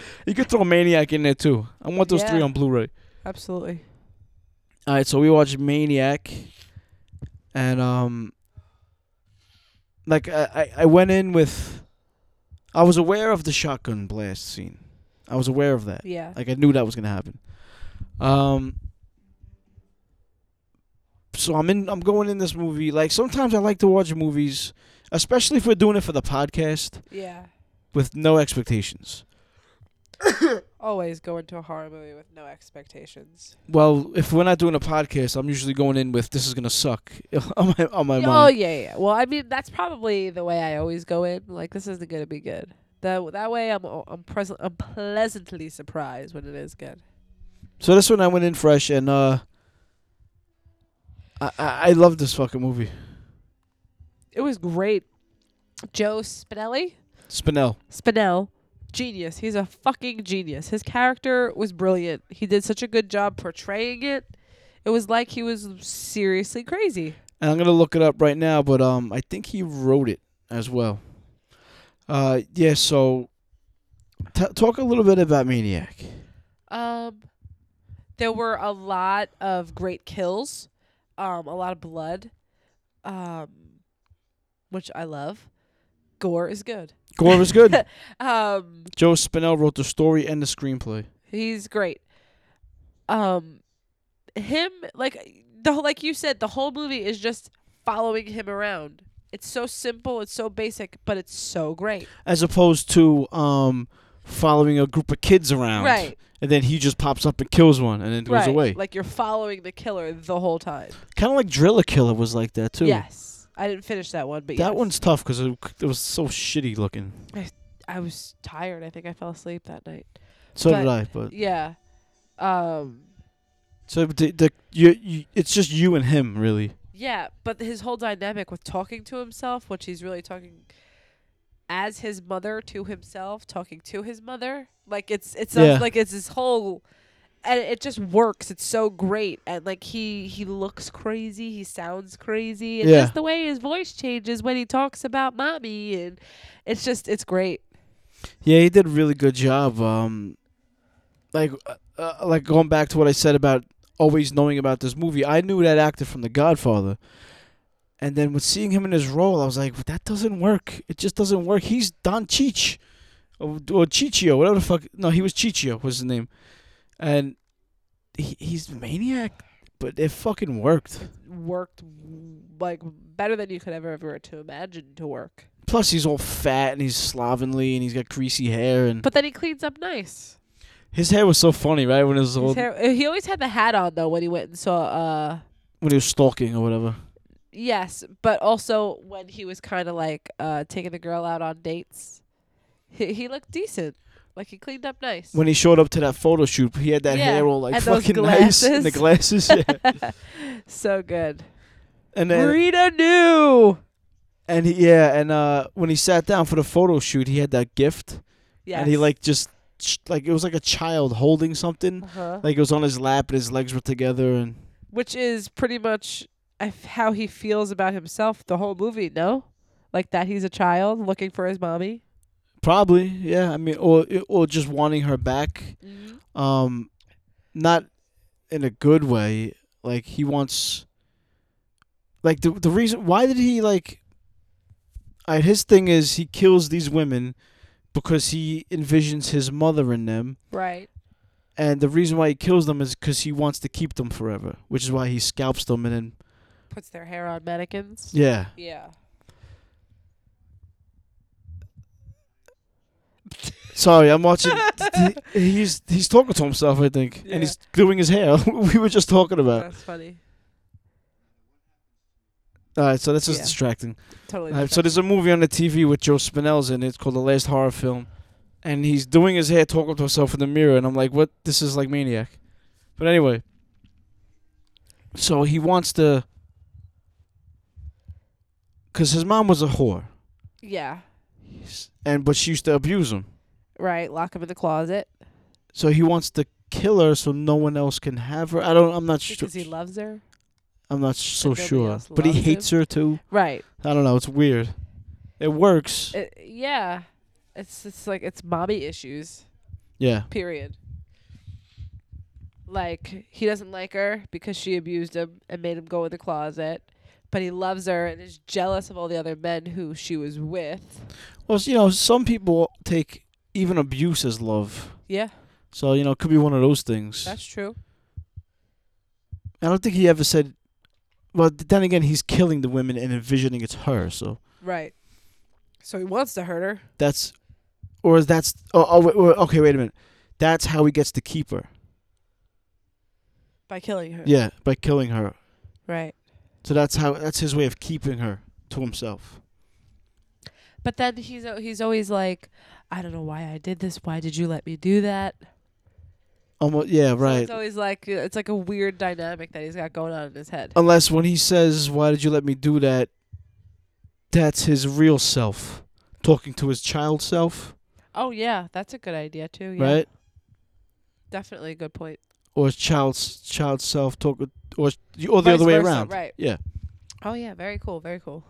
Speaker 3: you could throw Maniac in there too. I want those three
Speaker 4: Yeah.
Speaker 3: on Blu-ray.
Speaker 4: Absolutely.
Speaker 3: All right, so we watched Maniac, and um, like I, I I went in with, I was aware of the shotgun blast scene. I was aware of that.
Speaker 4: Yeah.
Speaker 3: Like I knew that was gonna happen. Um. So I'm in. I'm going in this movie. Like sometimes I like to watch movies, especially if we're doing it for the podcast,
Speaker 4: Yeah.
Speaker 3: with no expectations.
Speaker 4: Always go into a horror movie with no expectations.
Speaker 3: Well, if we're not doing a podcast, I'm usually going in with "This is gonna suck" on my on my
Speaker 4: Yeah, Oh
Speaker 3: mind.
Speaker 4: yeah, yeah. Well, I mean that's probably the way I always go in. Like this isn't gonna be uh, good. That that way I'm I'm, present, I'm pleasantly surprised when it is good.
Speaker 3: So this one I went in fresh and uh I I, I love this fucking movie.
Speaker 4: It was great. Joe Spinelli?
Speaker 3: Spinell.
Speaker 4: Spinell. Genius. He's a fucking genius. His character was brilliant. He did such a good job portraying it. It was like he was seriously crazy.
Speaker 3: And I'm gonna look it up right now, but um I think he wrote it as well. Uh yeah, so t- talk a little bit about Maniac.
Speaker 4: Um, there were a lot of great kills, um, a lot of blood, um, which I love. Gore is good.
Speaker 3: Gore was good.
Speaker 4: Um,
Speaker 3: Joe Spinell wrote the story and the screenplay.
Speaker 4: he's great. Um, him like the whole- like you said, the whole movie is just following him around. It's so simple, it's so basic, but it's so great.
Speaker 3: As opposed to um following a group of kids around.
Speaker 4: Right.
Speaker 3: And then he just pops up and kills one and then goes
Speaker 4: right.
Speaker 3: away.
Speaker 4: Like you're following the killer the whole time.
Speaker 3: Kind of like Driller Killer was like that too.
Speaker 4: Yes. I didn't finish that one, but
Speaker 3: That
Speaker 4: yes.
Speaker 3: one's tough because it, it was so shitty looking.
Speaker 4: I was tired. I think I fell asleep that night.
Speaker 3: So
Speaker 4: But-
Speaker 3: did I, but
Speaker 4: Yeah. Um
Speaker 3: so the, the you, you it's just you and him really.
Speaker 4: yeah, but his whole dynamic with talking to himself, which he's really talking as his mother to himself, talking to his mother. Like it's it's a-
Speaker 3: Yeah.
Speaker 4: like it's his whole and it just works. It's so great. And like he he looks crazy, he sounds crazy. And
Speaker 3: Yeah.
Speaker 4: just the way his voice changes when he talks about mommy and it's just it's great.
Speaker 3: Yeah, he did a really good job. Um, like uh, uh, like going back to what I said about always knowing about this movie, I knew that actor from The Godfather, and then with seeing him in his role, I was like, that doesn't work. It just doesn't work. He's Don Cheech, or, or Chichio, whatever the fuck. No, he was Chichio. Was his name, and he, he's maniac, but it fucking worked.
Speaker 4: worked w- like better than you could ever ever to imagine to work.
Speaker 3: Plus, he's all fat and he's slovenly and he's got greasy hair and
Speaker 4: But then he cleans up nice.
Speaker 3: his hair was so funny, right? When it was
Speaker 4: His
Speaker 3: old,
Speaker 4: hair, uh, he always had the hat on though when he went and saw. uh
Speaker 3: when he was stalking or whatever.
Speaker 4: Yes, but also when he was kind of like uh taking the girl out on dates, he he looked decent. Like he cleaned up nice.
Speaker 3: when he showed up to that photo shoot, he had that
Speaker 4: Yeah,
Speaker 3: hair all like
Speaker 4: and those
Speaker 3: fucking nice and the glasses. yeah.
Speaker 4: so good.
Speaker 3: And then,
Speaker 4: Rita knew.
Speaker 3: and he, yeah, and uh, when he sat down for the photo shoot, he had that gift,
Speaker 4: Yes.
Speaker 3: and he like just ch- like it was like a child holding something,
Speaker 4: Uh-huh.
Speaker 3: like it was on his lap and his legs were together, and
Speaker 4: Which is pretty much I f- how he feels about himself the whole movie. No, like that he's a child looking for his mommy.
Speaker 3: probably yeah, I mean, or or just wanting her back,
Speaker 4: Mm-hmm.
Speaker 3: um, not in a good way. Like he wants, like the the reason why did he like? Alright, his thing is he kills these women because he envisions his mother in them,
Speaker 4: Right.
Speaker 3: and the reason why he kills them is because he wants to keep them forever, which is why he scalps them and then
Speaker 4: puts their hair on mannequins.
Speaker 3: yeah.
Speaker 4: Yeah.
Speaker 3: Sorry, I'm watching. he's he's talking to himself, I think,
Speaker 4: Yeah.
Speaker 3: and he's doing his hair. we were just talking about.
Speaker 4: That's funny.
Speaker 3: All right, so that's just
Speaker 4: Yeah.
Speaker 3: distracting.
Speaker 4: Totally.
Speaker 3: Uh, so there's a movie on the TV with Joe Spinell's in it. It's called The Last Horror Film, and he's doing his hair, talking to himself in the mirror, and I'm like, "What? This is like Maniac." But anyway, so he wants to, cause his mom was a whore,
Speaker 4: yeah.
Speaker 3: and but she used to abuse him.
Speaker 4: Right. Lock him in the closet
Speaker 3: So he wants to kill her so no one else can have her. I don't. I'm not sure.
Speaker 4: because he loves her.
Speaker 3: I'm not so
Speaker 4: nobody
Speaker 3: sure.
Speaker 4: else
Speaker 3: But he
Speaker 4: loves
Speaker 3: hates her too.
Speaker 4: Right.
Speaker 3: I don't know. It's weird. It works.
Speaker 4: It, Uh, yeah. It's it's like it's mommy issues.
Speaker 3: yeah.
Speaker 4: Period. Like he doesn't like her because she abused him and made him go in the closet, but he loves her and is jealous of all the other men who she was with.
Speaker 3: Well, s- you know, some people take even abuse as love.
Speaker 4: Yeah,
Speaker 3: So you know, it could be one of those things.
Speaker 4: that's true.
Speaker 3: I don't think he ever said. Well, th- then again, he's killing the women and envisioning it's her. So
Speaker 4: Right. So he wants to hurt her.
Speaker 3: that's, or is that's. Oh, oh wait, wait, okay. Wait a minute. That's how he gets to keep her.
Speaker 4: By killing her.
Speaker 3: Yeah, by killing her.
Speaker 4: Right.
Speaker 3: So that's how. That's his way of keeping her to himself.
Speaker 4: But then he's al- he's always like, I don't know why I did this. Why did you let me do that?
Speaker 3: almost yeah,
Speaker 4: So
Speaker 3: right.
Speaker 4: It's always like uh, it's like a weird dynamic that he's got going on in his head.
Speaker 3: Unless when he says, "Why did you let me do that?" That's his real self talking to his child self,
Speaker 4: Oh yeah, that's a good idea too. Yeah,
Speaker 3: right?
Speaker 4: Definitely a good point.
Speaker 3: Or his child's child self talking, or or the
Speaker 4: Vice
Speaker 3: other way
Speaker 4: versa,
Speaker 3: around.
Speaker 4: right.
Speaker 3: Yeah.
Speaker 4: Oh yeah, very cool, very cool.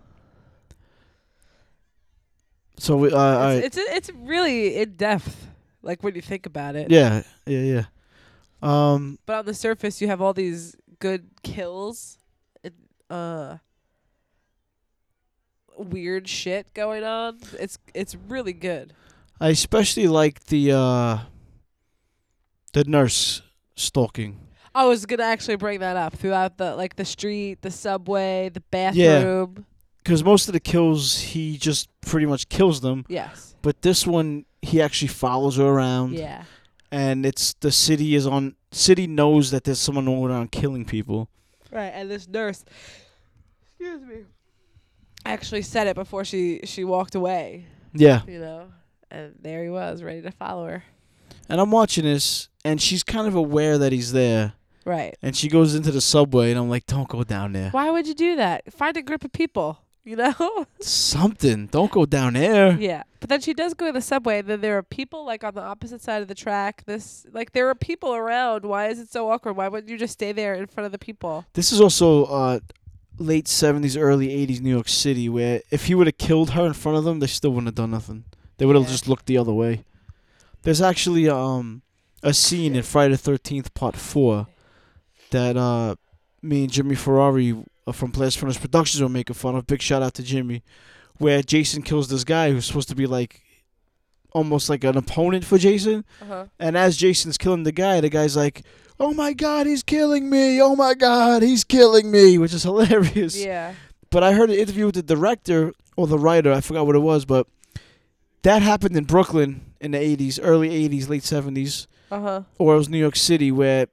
Speaker 3: So we, uh, I,
Speaker 4: it's, it's it's really in depth, like when you think about it.
Speaker 3: yeah, yeah, yeah. Um,
Speaker 4: But on the surface, you have all these good kills, and, uh, weird shit going on. It's it's really good.
Speaker 3: I especially like the uh the nurse stalking.
Speaker 4: I was gonna actually bring that up throughout the like the street, the subway, the
Speaker 3: Yeah.
Speaker 4: bathroom.
Speaker 3: Because most of the kills, he just pretty much kills them.
Speaker 4: Yes.
Speaker 3: But this one, he actually follows her around,
Speaker 4: Yeah.
Speaker 3: and it's the city is on. City knows that there's someone going around killing people.
Speaker 4: Right, and this nurse, excuse me, actually said it before she she walked away.
Speaker 3: Yeah,
Speaker 4: You know, and there he was, ready to follow her.
Speaker 3: and I'm watching this, and she's kind of aware that he's there,
Speaker 4: Right.
Speaker 3: and she goes into the subway, and I'm like, "Don't go down there.
Speaker 4: Why would you do that? Find a group of people. You know.
Speaker 3: Something. Don't go down there."
Speaker 4: yeah. But then she does go to the subway. Then there are people like on the opposite side of the track. This like there are people around. Why is it so awkward? Why wouldn't you just stay there in front of the people?
Speaker 3: This is also uh, late seventies, early eighties New York City, where if he would have killed her in front of them, they still wouldn't have done nothing. They would have
Speaker 4: Yeah.
Speaker 3: just looked the other way. There's actually um a scene in Friday the Thirteenth Part Four that uh me and Jimmy Ferrari uh, from Blast Furnace Productions were making fun of. Big shout out to Jimmy, where Jason kills this guy who's supposed to be like almost like an opponent for Jason,
Speaker 4: Uh huh.
Speaker 3: and as Jason's killing the guy, the guy's like, "Oh my God, he's killing me! Oh my God, he's killing me!" Which is hilarious.
Speaker 4: Yeah.
Speaker 3: But I heard an interview with the director or the writer. I forgot what it was, but that happened in Brooklyn in the '80s, early '80s, late '70s,
Speaker 4: Uh huh.
Speaker 3: or it was New York City, where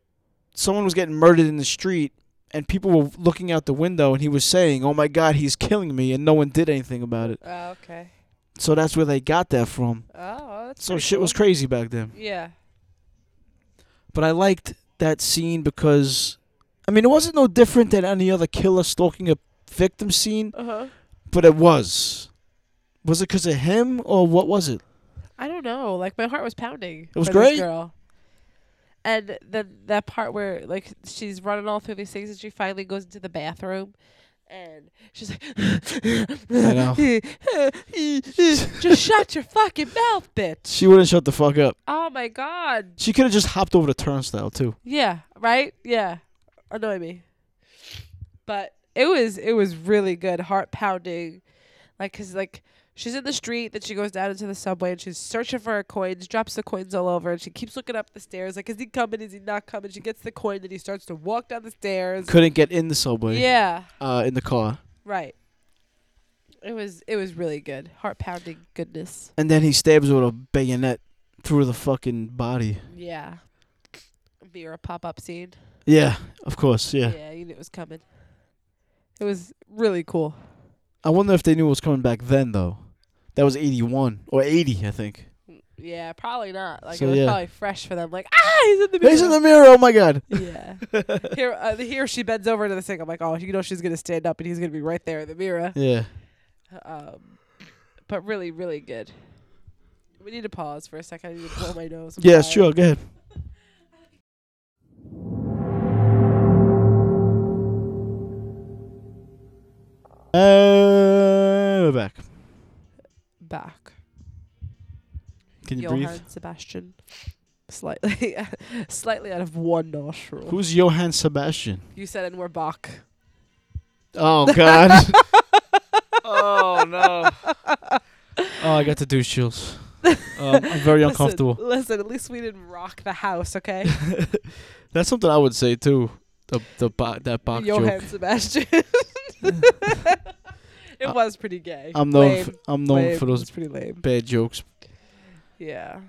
Speaker 3: someone was getting murdered in the street, and people were looking out the window, and he was saying, "Oh my God, he's killing me," and no one did anything about it.
Speaker 4: Oh, okay.
Speaker 3: So that's where they got that from.
Speaker 4: Oh, that's
Speaker 3: So
Speaker 4: pretty
Speaker 3: shit was
Speaker 4: cool.
Speaker 3: crazy back then.
Speaker 4: Yeah.
Speaker 3: But I liked that scene because, I mean, it wasn't no different than any other killer stalking a victim scene,
Speaker 4: Uh huh.
Speaker 3: but it was. Was it because of him or what was it?
Speaker 4: I don't know. Like my heart was pounding.
Speaker 3: It was
Speaker 4: for this
Speaker 3: great.
Speaker 4: girl. And then that part where like she's running all through these things, and she finally goes into the bathroom, and she's like, "Just shut your fucking mouth, bitch!"
Speaker 3: She wouldn't shut the fuck up.
Speaker 4: Oh my god.
Speaker 3: She could have just hopped over the turnstile too.
Speaker 4: Yeah. Right. Yeah. Annoy me. But it was it was really good, heart pounding, like 'cause like she's in the street, then she goes down into the subway and she's searching for her coins, drops the coins all over, and she keeps looking up the stairs, like is he coming? Is he not coming? She gets the coin, then he starts to walk down the stairs.
Speaker 3: Couldn't get in the subway.
Speaker 4: Yeah.
Speaker 3: Uh, in the car,
Speaker 4: Right. It was it was really good, heart pounding goodness.
Speaker 3: and then he stabs her with a bayonet through the fucking body.
Speaker 4: Yeah. Mirror pop up scene.
Speaker 3: Yeah, of course. Yeah.
Speaker 4: yeah, you knew it was coming. It was really cool.
Speaker 3: I wonder if they knew what was coming back then though. That was eighty-one or eighty, I think.
Speaker 4: Yeah, probably not. Like
Speaker 3: So,
Speaker 4: it was
Speaker 3: yeah.
Speaker 4: probably fresh for them. Like ah, he's in the mirror.
Speaker 3: He's in the mirror. Oh my god.
Speaker 4: yeah. here, uh, here she bends over to the sink. I'm like, oh, you know she's gonna stand up and he's gonna be right there in the mirror.
Speaker 3: Yeah.
Speaker 4: Um, but really, really good. We need to pause for a second. I need to blow my nose. I'm
Speaker 3: Yeah.
Speaker 4: sorry.
Speaker 3: Sure. Go ahead. Uh, we're back.
Speaker 4: Back.
Speaker 3: Can you
Speaker 4: Johann
Speaker 3: breathe?
Speaker 4: Sebastian. Slightly, slightly out of one nostril.
Speaker 3: Who's Johann Sebastian?
Speaker 4: you said, and we're Bach.
Speaker 3: Oh God. oh no. Oh, I got the douche chills. Um, I'm very
Speaker 4: Listen,
Speaker 3: uncomfortable.
Speaker 4: Listen, at least we didn't rock the house, okay?
Speaker 3: That's something I would say too. The the bo- that box
Speaker 4: Johann
Speaker 3: joke.
Speaker 4: Sebastian. it was pretty gay.
Speaker 3: Uh, I'm known.
Speaker 4: Lame,
Speaker 3: f I'm known
Speaker 4: lame.
Speaker 3: for those
Speaker 4: It's pretty lame.
Speaker 3: bad jokes.
Speaker 4: Yeah.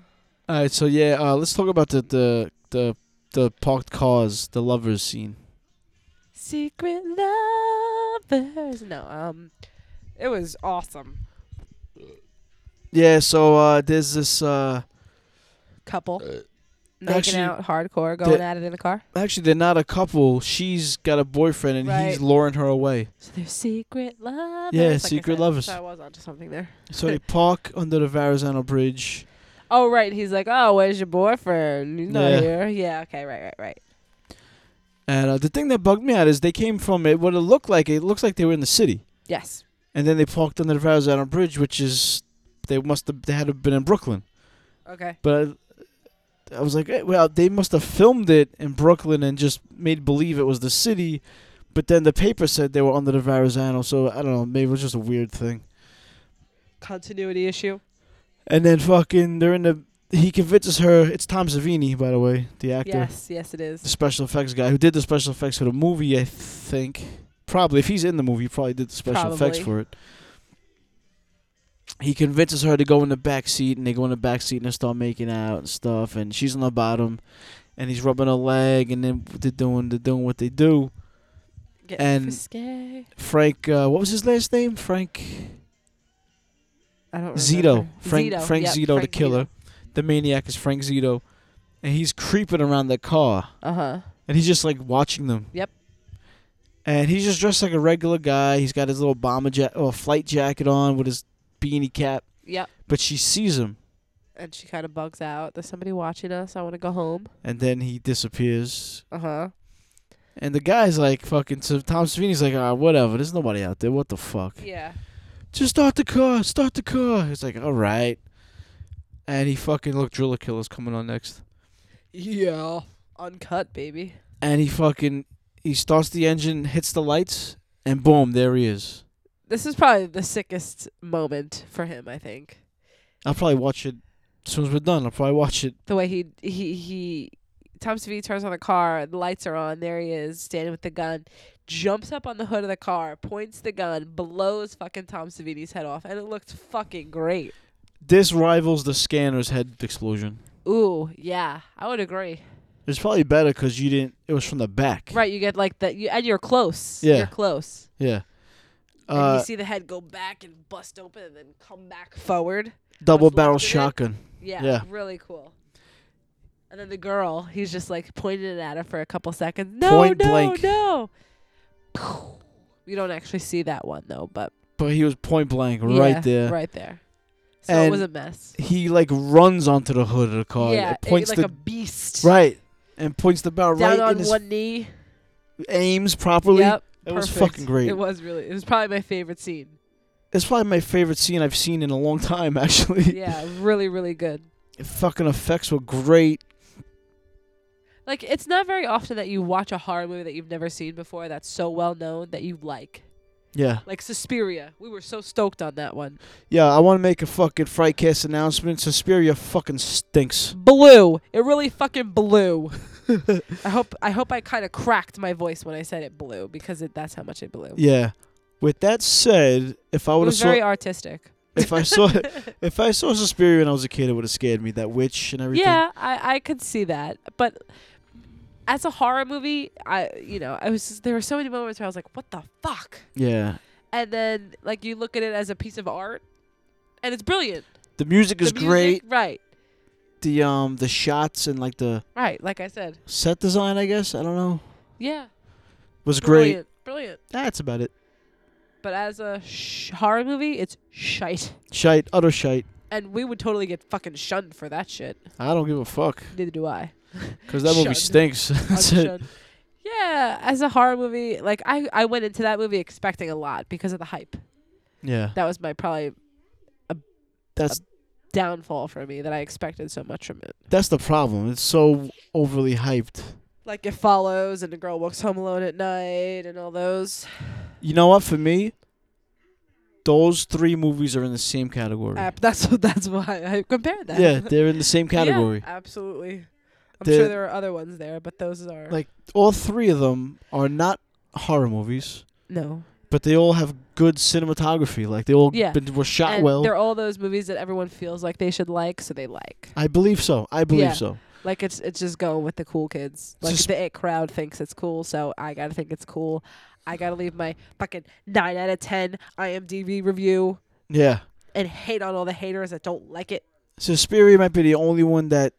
Speaker 3: All right, so yeah, uh, let's talk about the the the the parked cars, the lovers scene.
Speaker 4: Secret lovers. No. Um, it was awesome.
Speaker 3: Yeah, so uh, there's this uh,
Speaker 4: Couple. Making
Speaker 3: Actually,
Speaker 4: out hardcore, going
Speaker 3: the-
Speaker 4: at it in the car.
Speaker 3: Actually, they're not a couple. She's got a boyfriend, and he's
Speaker 4: Right.
Speaker 3: luring her away.
Speaker 4: So there's secret lovers.
Speaker 3: Yeah,
Speaker 4: like I
Speaker 3: secret
Speaker 4: said.
Speaker 3: lovers.
Speaker 4: So I was onto something there.
Speaker 3: So they park under the Verrazano Bridge.
Speaker 4: Oh right, he's like, oh, where's your boyfriend? He's not
Speaker 3: Yeah.
Speaker 4: here. Yeah, okay, right, right, right.
Speaker 3: And uh, the thing that bugged me out is they came from it. What it looked like, it looks like they were in the city,
Speaker 4: Yes.
Speaker 3: and then they parked under the Verrazano Bridge, which is they must have they had to have been in Brooklyn.
Speaker 4: Okay.
Speaker 3: But I, I was like, eh, well, they must have filmed it in Brooklyn and just made believe it was the city. But then the paper said they were under the Verrazano, so I don't know. Maybe it was just a weird thing.
Speaker 4: Continuity issue.
Speaker 3: And then fucking they're in the. He convinces her. It's Tom Savini, by the way, the actor,
Speaker 4: Yes, yes, it
Speaker 3: the
Speaker 4: is.
Speaker 3: special effects guy who did the special effects for the movie. I think probably if he's in the movie, he probably did the special effects
Speaker 4: Probably.
Speaker 3: for it. He convinces her to go in the back seat, and they go in the back seat and they start making out and stuff. And she's on the bottom, and he's rubbing her leg, and then they're doing they're doing what they do.
Speaker 4: Getting
Speaker 3: and-
Speaker 4: frisky.
Speaker 3: Frank, uh, what was his last name? Frank.
Speaker 4: I don't
Speaker 3: Zito,
Speaker 4: remember.
Speaker 3: Frank Frank
Speaker 4: yep,
Speaker 3: Zito, the
Speaker 4: Frank
Speaker 3: killer, the maniac is Frank Zito, and he's creeping around the car,
Speaker 4: Uh huh.
Speaker 3: and he's just like watching them.
Speaker 4: Yep.
Speaker 3: And he's just dressed like a regular guy. He's got his little bomber jacket, or flight jacket on with his beanie cap.
Speaker 4: Yep.
Speaker 3: But she sees him,
Speaker 4: And she kind of bugs out. There's somebody watching us. I want to go home.
Speaker 3: and then he disappears.
Speaker 4: Uh huh.
Speaker 3: And the guy's like fucking. So Tom Savini's like, ah, whatever. There's nobody out there. What the fuck?
Speaker 4: Yeah.
Speaker 3: Just start the car. Start the car. He's like, all right. And he fucking look. Driller killer's coming on next.
Speaker 4: Yeah. Uncut, baby.
Speaker 3: and he fucking he starts the engine, hits the lights, and boom, there he is.
Speaker 4: This is probably the sickest moment for him. I think
Speaker 3: I'll probably watch it as soon as we're done. I'll probably watch it.
Speaker 4: the way he he he Tom Savini turns on the car. The lights are on. There he is, standing with the gun. Jumps up on the hood of the car, points the gun, blows fucking Tom Savini's head off, and it looked fucking great.
Speaker 3: This rivals the scanner's head explosion.
Speaker 4: Ooh, yeah, I would agree.
Speaker 3: It's probably better because you didn't. It was from the back.
Speaker 4: Right, you get like that, you, and you're close.
Speaker 3: Yeah.
Speaker 4: you're close.
Speaker 3: Yeah.
Speaker 4: and
Speaker 3: Uh,
Speaker 4: you see the head go back and bust open, and then come back forward.
Speaker 3: double
Speaker 4: what's
Speaker 3: barrel
Speaker 4: left of it?
Speaker 3: shotgun.
Speaker 4: Yeah,
Speaker 3: Yeah.
Speaker 4: really cool. And then the girl, he's just like pointing it at her for a couple seconds. No,
Speaker 3: Point
Speaker 4: no,
Speaker 3: blank.
Speaker 4: no. You don't actually see that one though, but
Speaker 3: But he was point blank
Speaker 4: yeah,
Speaker 3: right there.
Speaker 4: right there. So it
Speaker 3: And
Speaker 4: was a mess.
Speaker 3: He like runs onto the hood of the car.
Speaker 4: yeah,
Speaker 3: and
Speaker 4: it-
Speaker 3: points
Speaker 4: like
Speaker 3: the
Speaker 4: a beast.
Speaker 3: right and points the barrel
Speaker 4: down
Speaker 3: right in
Speaker 4: on
Speaker 3: his
Speaker 4: one knee.
Speaker 3: aims properly.
Speaker 4: Yep,
Speaker 3: It was
Speaker 4: perfect.
Speaker 3: fucking great.
Speaker 4: It was really. It was probably my favorite scene.
Speaker 3: It's probably my favorite scene I've seen in a long time, actually.
Speaker 4: Yeah, really, really good.
Speaker 3: fucking effects were great.
Speaker 4: Like it's not very often that you watch a horror movie that you've never seen before that's so well known that you like.
Speaker 3: Yeah.
Speaker 4: Like Suspiria. We were so stoked on that one.
Speaker 3: Yeah, I want to make a fucking Frightcast announcement. Suspiria fucking stinks.
Speaker 4: Blew. It really fucking blew. I hope I hope I kind of cracked my voice when I said it blew because it, that's how much it blew.
Speaker 3: Yeah. With that said, if I
Speaker 4: it
Speaker 3: would have
Speaker 4: was
Speaker 3: saw
Speaker 4: very artistic.
Speaker 3: if I saw if I saw Suspiria when I was a kid, it would have scared me. That witch and everything.
Speaker 4: Yeah, I, I could see that. But as a horror movie, I you know, I was there were so many moments where I was like, what the fuck?
Speaker 3: Yeah.
Speaker 4: And then like you look at it as a piece of art and it's brilliant.
Speaker 3: The music is
Speaker 4: The music-
Speaker 3: great.
Speaker 4: Right.
Speaker 3: The um the shots and like the
Speaker 4: Right, like I said.
Speaker 3: set design, I guess. I don't know.
Speaker 4: Yeah.
Speaker 3: Was great.
Speaker 4: Brilliant. Brilliant.
Speaker 3: That's about it.
Speaker 4: But as a sh- horror movie, it's shite.
Speaker 3: Shite, utter shite.
Speaker 4: And we would totally get fucking shunned for that shit.
Speaker 3: I don't give a fuck
Speaker 4: Neither do I.
Speaker 3: cuz that movie
Speaker 4: Shunned.
Speaker 3: stinks.
Speaker 4: I'm
Speaker 3: That's it.
Speaker 4: shunned. Yeah, as a horror movie, like I, I went into that movie expecting a lot because of the hype.
Speaker 3: Yeah.
Speaker 4: That was my probably
Speaker 3: That's
Speaker 4: downfall for me that I expected so much from it.
Speaker 3: that's the problem. It's so overly hyped.
Speaker 4: Like it follows and the girl walks home alone at night and all those.
Speaker 3: You know what? For me, those three movies are in the same category.
Speaker 4: App. That's that's why I compared that.
Speaker 3: yeah, they're in the same
Speaker 4: Yeah,
Speaker 3: category.
Speaker 4: absolutely. I'm
Speaker 3: The-
Speaker 4: sure there are other ones there, but those are
Speaker 3: Like all three of them are not horror movies,
Speaker 4: no.
Speaker 3: but they all have good cinematography. Like they all
Speaker 4: Yeah,
Speaker 3: been, were shot
Speaker 4: and
Speaker 3: well.
Speaker 4: They're all those movies that everyone feels like they should like, so they like.
Speaker 3: I believe so. I believe
Speaker 4: Yeah.
Speaker 3: so.
Speaker 4: Like it's it's just going with the cool kids. Like
Speaker 3: Sus-
Speaker 4: the it crowd thinks it's cool, so I gotta think it's cool. I gotta leave my fucking nine out of ten IMDb review
Speaker 3: Yeah,
Speaker 4: and hate on all the haters that don't like it.
Speaker 3: Suspiria might be the only one that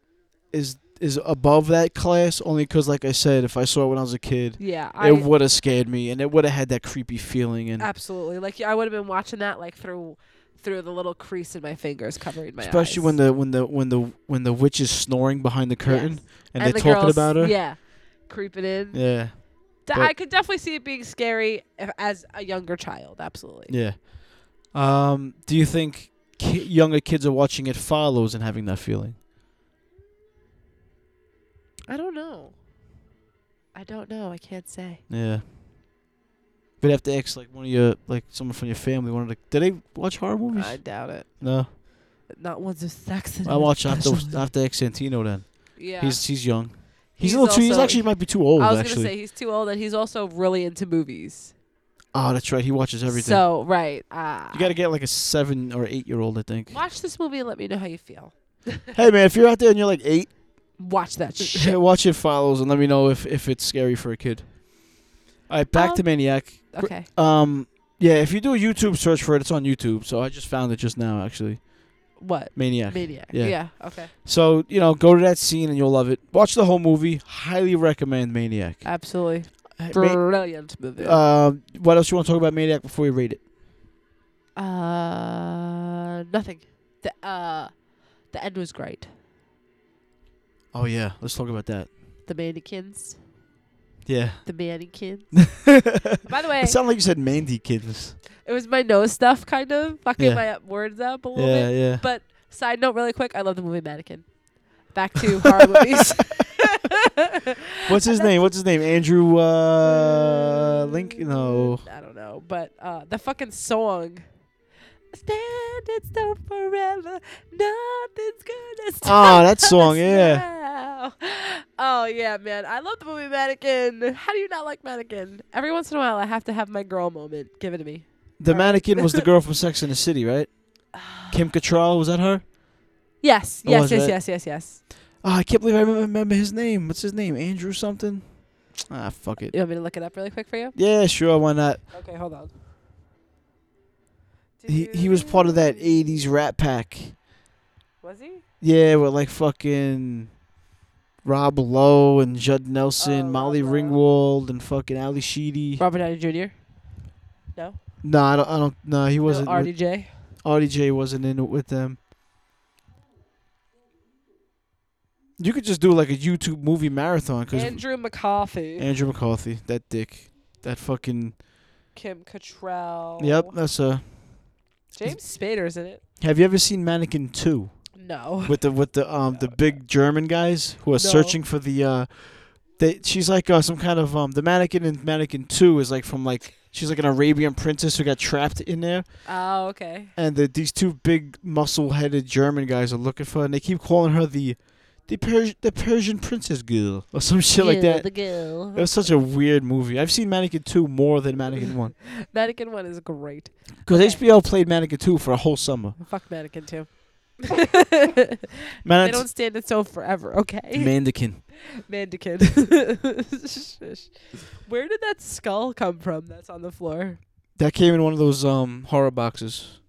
Speaker 3: is is above that class only because, like I said, if I saw it when I was a kid,
Speaker 4: Yeah,
Speaker 3: it
Speaker 4: I
Speaker 3: would have scared me and it would have had that creepy feeling. And
Speaker 4: absolutely like I would have been watching that like through through the little crease in my fingers covering my
Speaker 3: especially
Speaker 4: eyes.
Speaker 3: when the when the when the when the witch is snoring behind the curtain
Speaker 4: Yes.
Speaker 3: and, they're talking
Speaker 4: girls,
Speaker 3: about her.
Speaker 4: Yeah, creeping in.
Speaker 3: yeah,
Speaker 4: D-
Speaker 3: but-
Speaker 4: I could definitely see it being scary if, as a younger child. Absolutely.
Speaker 3: yeah. Um, do you think ki- younger kids are watching it follows and having that feeling?
Speaker 4: I don't know. I don't know. I can't say.
Speaker 3: Yeah. We'd have to ask like one of your like someone from your family. One of the did they watch horror movies?
Speaker 4: I doubt it.
Speaker 3: no,
Speaker 4: Not ones with sex. in
Speaker 3: I
Speaker 4: it,
Speaker 3: watch. I have to,
Speaker 4: especially.
Speaker 3: I have to ask Santino then.
Speaker 4: Yeah.
Speaker 3: He's he's young. He's, a little too. He's
Speaker 4: also-
Speaker 3: actually might be too old.
Speaker 4: I was
Speaker 3: actually.
Speaker 4: gonna say he's too old, and he's also really into movies.
Speaker 3: oh, that's right. He watches everything.
Speaker 4: So right. Uh,
Speaker 3: you gotta get like a seven or eight year old, I think.
Speaker 4: watch this movie and let me know how you feel.
Speaker 3: Hey man, if you're out there and you're like eight,
Speaker 4: Watch that shit.
Speaker 3: watch it follows and let me know if if it's scary for a kid. All right, back to
Speaker 4: Um,
Speaker 3: Maniac. Gr-
Speaker 4: Okay.
Speaker 3: Um, yeah, if you do a YouTube search for it, it's on YouTube. So I just found it just now, actually.
Speaker 4: What?
Speaker 3: Maniac.
Speaker 4: Maniac.
Speaker 3: Yeah.
Speaker 4: Yeah. Okay.
Speaker 3: So, you know, go to that scene and you'll love it. Watch the whole movie. Highly recommend Maniac.
Speaker 4: Uh, Absolutely.
Speaker 3: Hey, Ma-
Speaker 4: Brilliant movie.
Speaker 3: uh, what else you want to talk about Maniac before you rate it?
Speaker 4: Uh, nothing. The uh, the end was great.
Speaker 3: Oh, yeah. Let's talk about that.
Speaker 4: The mannequins.
Speaker 3: Yeah.
Speaker 4: The mannequins.
Speaker 3: it
Speaker 4: By the way,
Speaker 3: sounded like you said Mandy Kids.
Speaker 4: it was my nose stuff, kind of fucking
Speaker 3: Yeah.
Speaker 4: my words up a little
Speaker 3: Yeah,
Speaker 4: bit.
Speaker 3: yeah.
Speaker 4: But side note, really quick, I love the movie Mannequin. Back to horror movies.
Speaker 3: What's his name? What's his name? Andrew uh, Link? No.
Speaker 4: Mm, I don't know, but uh, the fucking song. Stand it still forever. Nothing's gonna stop.
Speaker 3: Ah, that song,
Speaker 4: us
Speaker 3: yeah.
Speaker 4: now. Oh yeah, man. I love the movie Mannequin. How do you not like Mannequin? Every once in a while, I have to have my girl moment. Give it to me.
Speaker 3: The
Speaker 4: Right.
Speaker 3: mannequin was the girl from Sex and the City, right? Kim Cattrall, was that her?
Speaker 4: Yes,
Speaker 3: That was
Speaker 4: yes, yes,
Speaker 3: Oh, it.
Speaker 4: yes, yes, yes.
Speaker 3: Oh, I can't believe I remem- remember his name. What's his name? Andrew something? Ah, fuck it.
Speaker 4: You want me to look it up really quick for you?
Speaker 3: Yeah, sure, why not?
Speaker 4: Okay, hold on.
Speaker 3: He he was part of that 80s rat pack.
Speaker 4: Was he?
Speaker 3: Yeah, with like fucking Rob Lowe and Judd Nelson,
Speaker 4: Oh,
Speaker 3: Molly
Speaker 4: Rob Lowe.
Speaker 3: Ringwald, and fucking Ali Sheedy.
Speaker 4: Robert Downey Jr.
Speaker 3: no, I don't, I don't, no, he wasn't.
Speaker 4: no,
Speaker 3: with-
Speaker 4: RDJ?
Speaker 3: RDJ wasn't in it with them. You could just do like a YouTube movie marathon because
Speaker 4: Andrew McCarthy.
Speaker 3: Andrew McCarthy, that dick, that fucking.
Speaker 4: Kim Cattrall.
Speaker 3: Yep, that's uh.
Speaker 4: Oh. James Spader's in it.
Speaker 3: Have you ever seen Mannequin Two
Speaker 4: No.
Speaker 3: with the with the um the big German guys who are searching for the uh, they she's like uh, some kind of um the mannequin in Mannequin Two is like from like she's like an Arabian princess who got trapped in there
Speaker 4: Oh, okay.
Speaker 3: and the, these two big muscle headed German guys are looking for her and they keep calling her the the Persian the Persian princess girl or some shit like that.
Speaker 4: The
Speaker 3: It
Speaker 4: girl.
Speaker 3: was such a weird movie. I've seen Mannequin Two more than Mannequin One
Speaker 4: Mannequin one is great.
Speaker 3: because
Speaker 4: Okay.
Speaker 3: HBO played Mannequin Two for a whole summer.
Speaker 4: Fuck Mannequin two. they
Speaker 3: Man,
Speaker 4: don't stand in so forever, okay?
Speaker 3: Mannequin.
Speaker 4: Mannequin. Shush. Where did that skull come from that's on the floor?
Speaker 3: That came in one of those um horror boxes.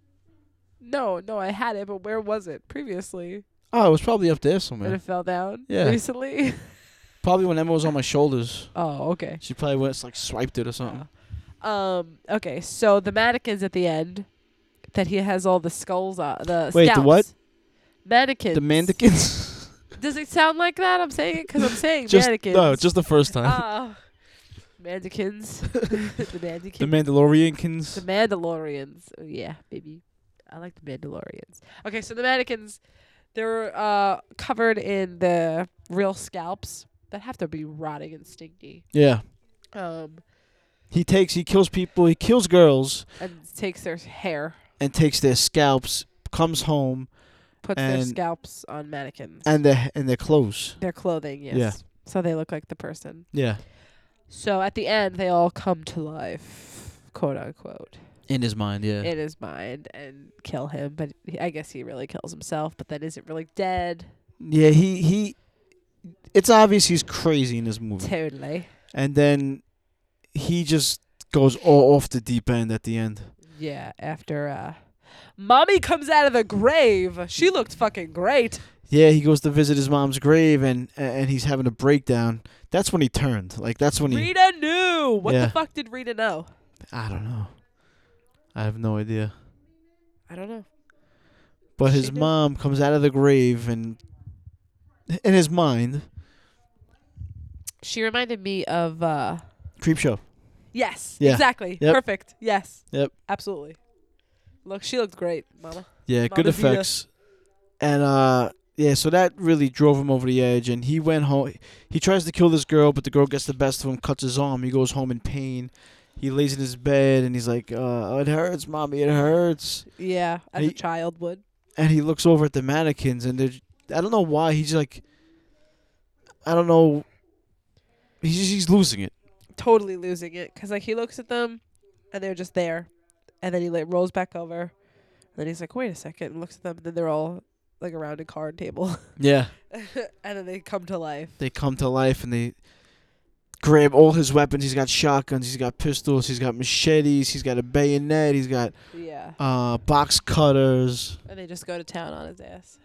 Speaker 4: No, no, I had it, but where was it previously?
Speaker 3: Oh, it was probably up there
Speaker 4: And
Speaker 3: somewhere.
Speaker 4: it fell down
Speaker 3: Yeah.
Speaker 4: recently?
Speaker 3: Probably when Emma was on my shoulders,
Speaker 4: oh, okay.
Speaker 3: she probably went like swiped it or something.
Speaker 4: Um. Okay. So the mannequins at the end, that he has all the skulls on the.
Speaker 3: Wait, the what?
Speaker 4: scalps. Mannequins.
Speaker 3: The mannequins.
Speaker 4: Does it sound like that? I'm saying it because I'm saying
Speaker 3: just
Speaker 4: mannequins.
Speaker 3: no, just the first time.
Speaker 4: Oh. mannequins. the mannequins.
Speaker 3: the
Speaker 4: The,
Speaker 3: Mandaloriankins.
Speaker 4: Mandalorians. Oh, yeah, baby. I like the Mandalorians. Okay, so the mannequins, they're uh covered in the real scalps that have to be rotting and stinky.
Speaker 3: yeah,
Speaker 4: Um,
Speaker 3: he takes, he kills people, he kills girls,
Speaker 4: and takes their hair.
Speaker 3: and takes their scalps. Comes home
Speaker 4: puts their
Speaker 3: And-
Speaker 4: scalps on mannequins.
Speaker 3: and their and their clothes.
Speaker 4: their clothing, yes.
Speaker 3: Yeah.
Speaker 4: So they look like the person.
Speaker 3: Yeah,
Speaker 4: So at the end, they all come to life, quote unquote,
Speaker 3: in his mind. Yeah,
Speaker 4: in his mind and kill him. But he, I guess he really kills himself, but then isn't really dead.
Speaker 3: yeah. He he. It's obvious he's crazy in this movie.
Speaker 4: Totally.
Speaker 3: and then he just goes all off the deep end at the end.
Speaker 4: Yeah, after, uh, mommy comes out of the grave. She looked fucking great.
Speaker 3: yeah, he goes to visit his mom's grave and and he's having a breakdown. That's when he turned. Like that's when he.
Speaker 4: Rita knew. What
Speaker 3: Yeah.
Speaker 4: the fuck did Rita know?
Speaker 3: I don't know. I have no idea.
Speaker 4: I don't know.
Speaker 3: But
Speaker 4: She
Speaker 3: his
Speaker 4: did.
Speaker 3: mom comes out of the grave and in his mind,
Speaker 4: She reminded me of. uh
Speaker 3: creep show.
Speaker 4: Yes.
Speaker 3: Yeah.
Speaker 4: Exactly.
Speaker 3: Yep.
Speaker 4: Perfect. Yes.
Speaker 3: Yep.
Speaker 4: Absolutely. Look, she looked great, Mama.
Speaker 3: Yeah, good
Speaker 4: Mama Vita.
Speaker 3: effects. And uh yeah, so that really drove him over the edge and he went home he tries to kill this girl, but the girl gets the best of him, cuts his arm, he goes home in pain. He lays in his bed and he's like, uh, it hurts, mommy, it hurts.
Speaker 4: Yeah, as a
Speaker 3: He-
Speaker 4: child would.
Speaker 3: And he looks over at the mannequins and they're I don't know why, he's like I don't know he's just, he's losing it.
Speaker 4: Totally losing it because like he looks at them, and they're just there, and then he like rolls back over, and then he's like, "Wait a second, and looks at them, and then they're all like around a card table,
Speaker 3: Yeah.
Speaker 4: and then they come to life.
Speaker 3: they come to life and they grab all his weapons. He's got shotguns, he's got pistols, he's got machetes, he's got a bayonet, he's got
Speaker 4: Yeah,
Speaker 3: uh, box cutters.
Speaker 4: and they just go to town on his ass.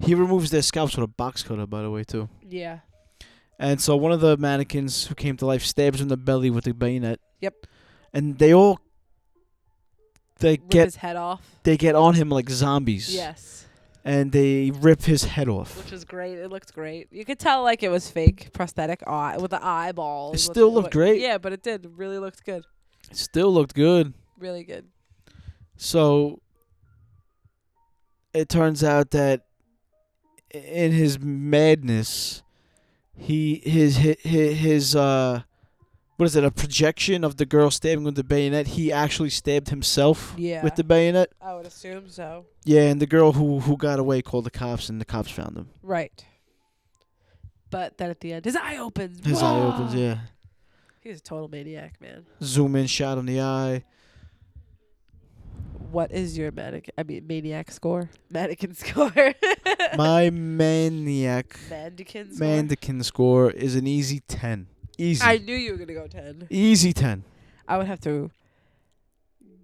Speaker 3: He removes their scalps with a box cutter, by the way, too.
Speaker 4: Yeah,
Speaker 3: And so one of the mannequins who came to life stabs him in the belly with a bayonet.
Speaker 4: Yep.
Speaker 3: And they all they
Speaker 4: rip
Speaker 3: get
Speaker 4: his head off.
Speaker 3: they get on him like zombies.
Speaker 4: Yes,
Speaker 3: And they rip his head off.
Speaker 4: which was great. It looked great. You could tell like it was fake prosthetic eye with the eyeballs.
Speaker 3: It
Speaker 4: with
Speaker 3: still
Speaker 4: the-
Speaker 3: looked
Speaker 4: what-
Speaker 3: great.
Speaker 4: Yeah, but it did. It Really looked good.
Speaker 3: Still looked good.
Speaker 4: Really good.
Speaker 3: So it turns out that i- in his madness, he his his his uh what is it a projection of the girl stabbing with the bayonet? He actually stabbed himself
Speaker 4: Yeah,
Speaker 3: with the bayonet.
Speaker 4: I would assume so.
Speaker 3: Yeah, and the girl who who got away called the cops, and the cops found him.
Speaker 4: Right. But then at the end, his eye opens.
Speaker 3: His eye opens.
Speaker 4: Whoa!
Speaker 3: Yeah,
Speaker 4: He's a total maniac, man.
Speaker 3: zoom in shot on the eye.
Speaker 4: What is your manic? I mean, maniac score. Mannequin score.
Speaker 3: My maniac
Speaker 4: Mannequin score.
Speaker 3: mannequin score is an easy ten. Easy,
Speaker 4: I knew you were gonna go ten.
Speaker 3: easy ten.
Speaker 4: I would have to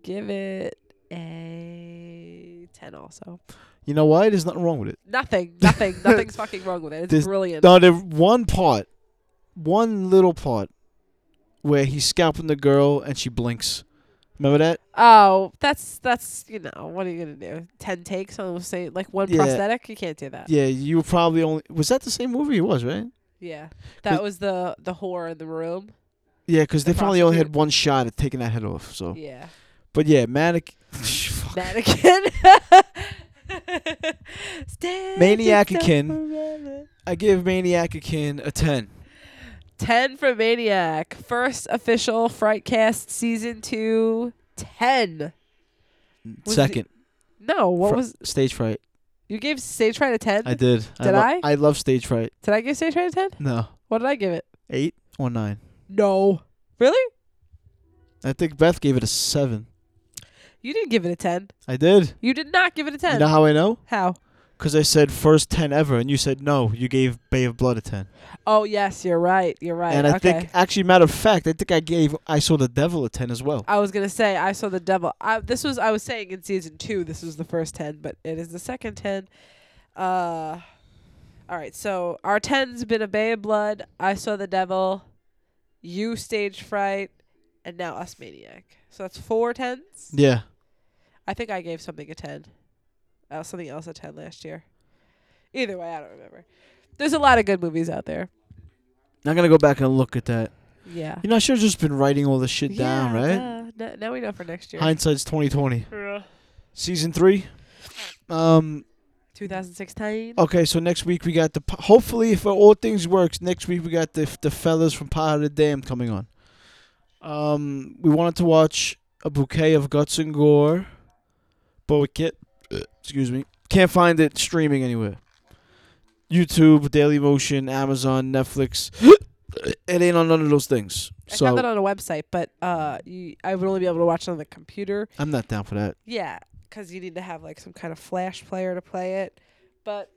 Speaker 4: give it a ten, also.
Speaker 3: You know why? There's nothing wrong with it.
Speaker 4: Nothing. Nothing. nothing's fucking wrong with it. It's
Speaker 3: This-
Speaker 4: brilliant.
Speaker 3: No, the one part, one little part, where he's scalping the girl and she blinks. Remember that?
Speaker 4: oh, that's that's you know what are you gonna do? Ten takes on say like one
Speaker 3: Yeah.
Speaker 4: prosthetic. You can't do that.
Speaker 3: Yeah, you were probably only. Was that the same movie? It was, right?
Speaker 4: Yeah.
Speaker 3: 'Cause-
Speaker 4: That was the the horror in the room.
Speaker 3: Yeah, because they
Speaker 4: The
Speaker 3: probably only had
Speaker 4: prostitute.
Speaker 3: one shot at taking that head off. So,
Speaker 4: Yeah.
Speaker 3: but yeah, manic. Fuck.
Speaker 4: Mannequin. Stand
Speaker 3: Maniac
Speaker 4: yourself
Speaker 3: Akin.
Speaker 4: forever.
Speaker 3: I give Maniac Akin a ten.
Speaker 4: Ten for Maniac. First official Frightcast season two. Ten. Was it-
Speaker 3: Second,
Speaker 4: No, what
Speaker 3: Fr-
Speaker 4: was
Speaker 3: stage fright?
Speaker 4: you gave Stage Fright a ten?
Speaker 3: I did.
Speaker 4: Did
Speaker 3: lo-
Speaker 4: I?
Speaker 3: I love stage fright.
Speaker 4: Did I give Stage Fright a ten?
Speaker 3: No,
Speaker 4: What did I give it?
Speaker 3: eight or nine.
Speaker 4: No. Really?
Speaker 3: I think Beth gave it a seven.
Speaker 4: You didn't give it a ten.
Speaker 3: I did.
Speaker 4: You did not give it a ten.
Speaker 3: You know how I know?
Speaker 4: How?
Speaker 3: Because I said first 10 ever, and you said no, you gave Bay of Blood a 10.
Speaker 4: Oh yes, you're right. You're right.
Speaker 3: and I
Speaker 4: okay.
Speaker 3: think, actually, matter of fact, I think I gave I Saw the Devil a 10 as well.
Speaker 4: I was gonna say I saw the devil. I, this was I was saying in season two. This was the first ten, but it is the second ten. Uh, all right. So our ten's been a Bay of Blood. I saw the devil. You stage fright, and now us maniac. So that's four tens.
Speaker 3: yeah.
Speaker 4: I think I gave something a ten. Uh, something else a ten last year. Either way, I don't remember. There's a lot of good movies out there.
Speaker 3: I'm going to go back and look at that.
Speaker 4: Yeah.
Speaker 3: You know, I should have just been writing all this shit down,
Speaker 4: Yeah,
Speaker 3: right?
Speaker 4: duh. N- now we know for next year.
Speaker 3: Hindsight's 2020. Season 3. Um.
Speaker 4: 2016.
Speaker 3: Okay, so next week we got the. p- Hopefully, if all things works, next week we got the the fellas from Power of the Dam coming on. Um, we wanted to watch a bouquet of guts and gore, but we can't. Excuse me, can't find it streaming anywhere. YouTube, Daily Motion, Amazon, Netflix. it ain't on none of those things.
Speaker 4: I found that
Speaker 3: So
Speaker 4: on a website, but uh, you, I would only be able to watch it on the computer.
Speaker 3: I'm not down for that.
Speaker 4: Yeah, 'cause you need to have like some kind of flash player to play it. But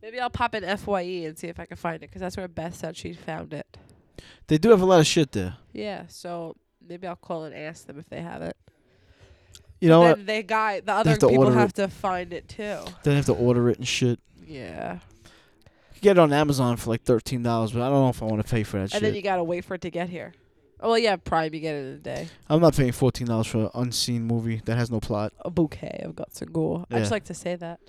Speaker 4: maybe I'll pop in Fye and see if I can find it, 'cause that's where Beth said she found it.
Speaker 3: They do have a lot of shit there.
Speaker 4: Yeah, so maybe I'll call and ask them if they have it.
Speaker 3: You know what?
Speaker 4: then the guy, the other
Speaker 3: have to
Speaker 4: people
Speaker 3: order
Speaker 4: have to find it too.
Speaker 3: They have to order it and shit.
Speaker 4: Yeah.
Speaker 3: You get it on Amazon for like thirteen dollars, but I don't know if I want to pay for that
Speaker 4: And
Speaker 3: shit.
Speaker 4: then you gotta wait for it to get here. Oh, well, yeah, Prime, you get it in a day.
Speaker 3: I'm not paying fourteen dollars for an unseen movie that has no plot.
Speaker 4: A bouquet of guts and gore. I just
Speaker 3: Yeah.
Speaker 4: like to say that.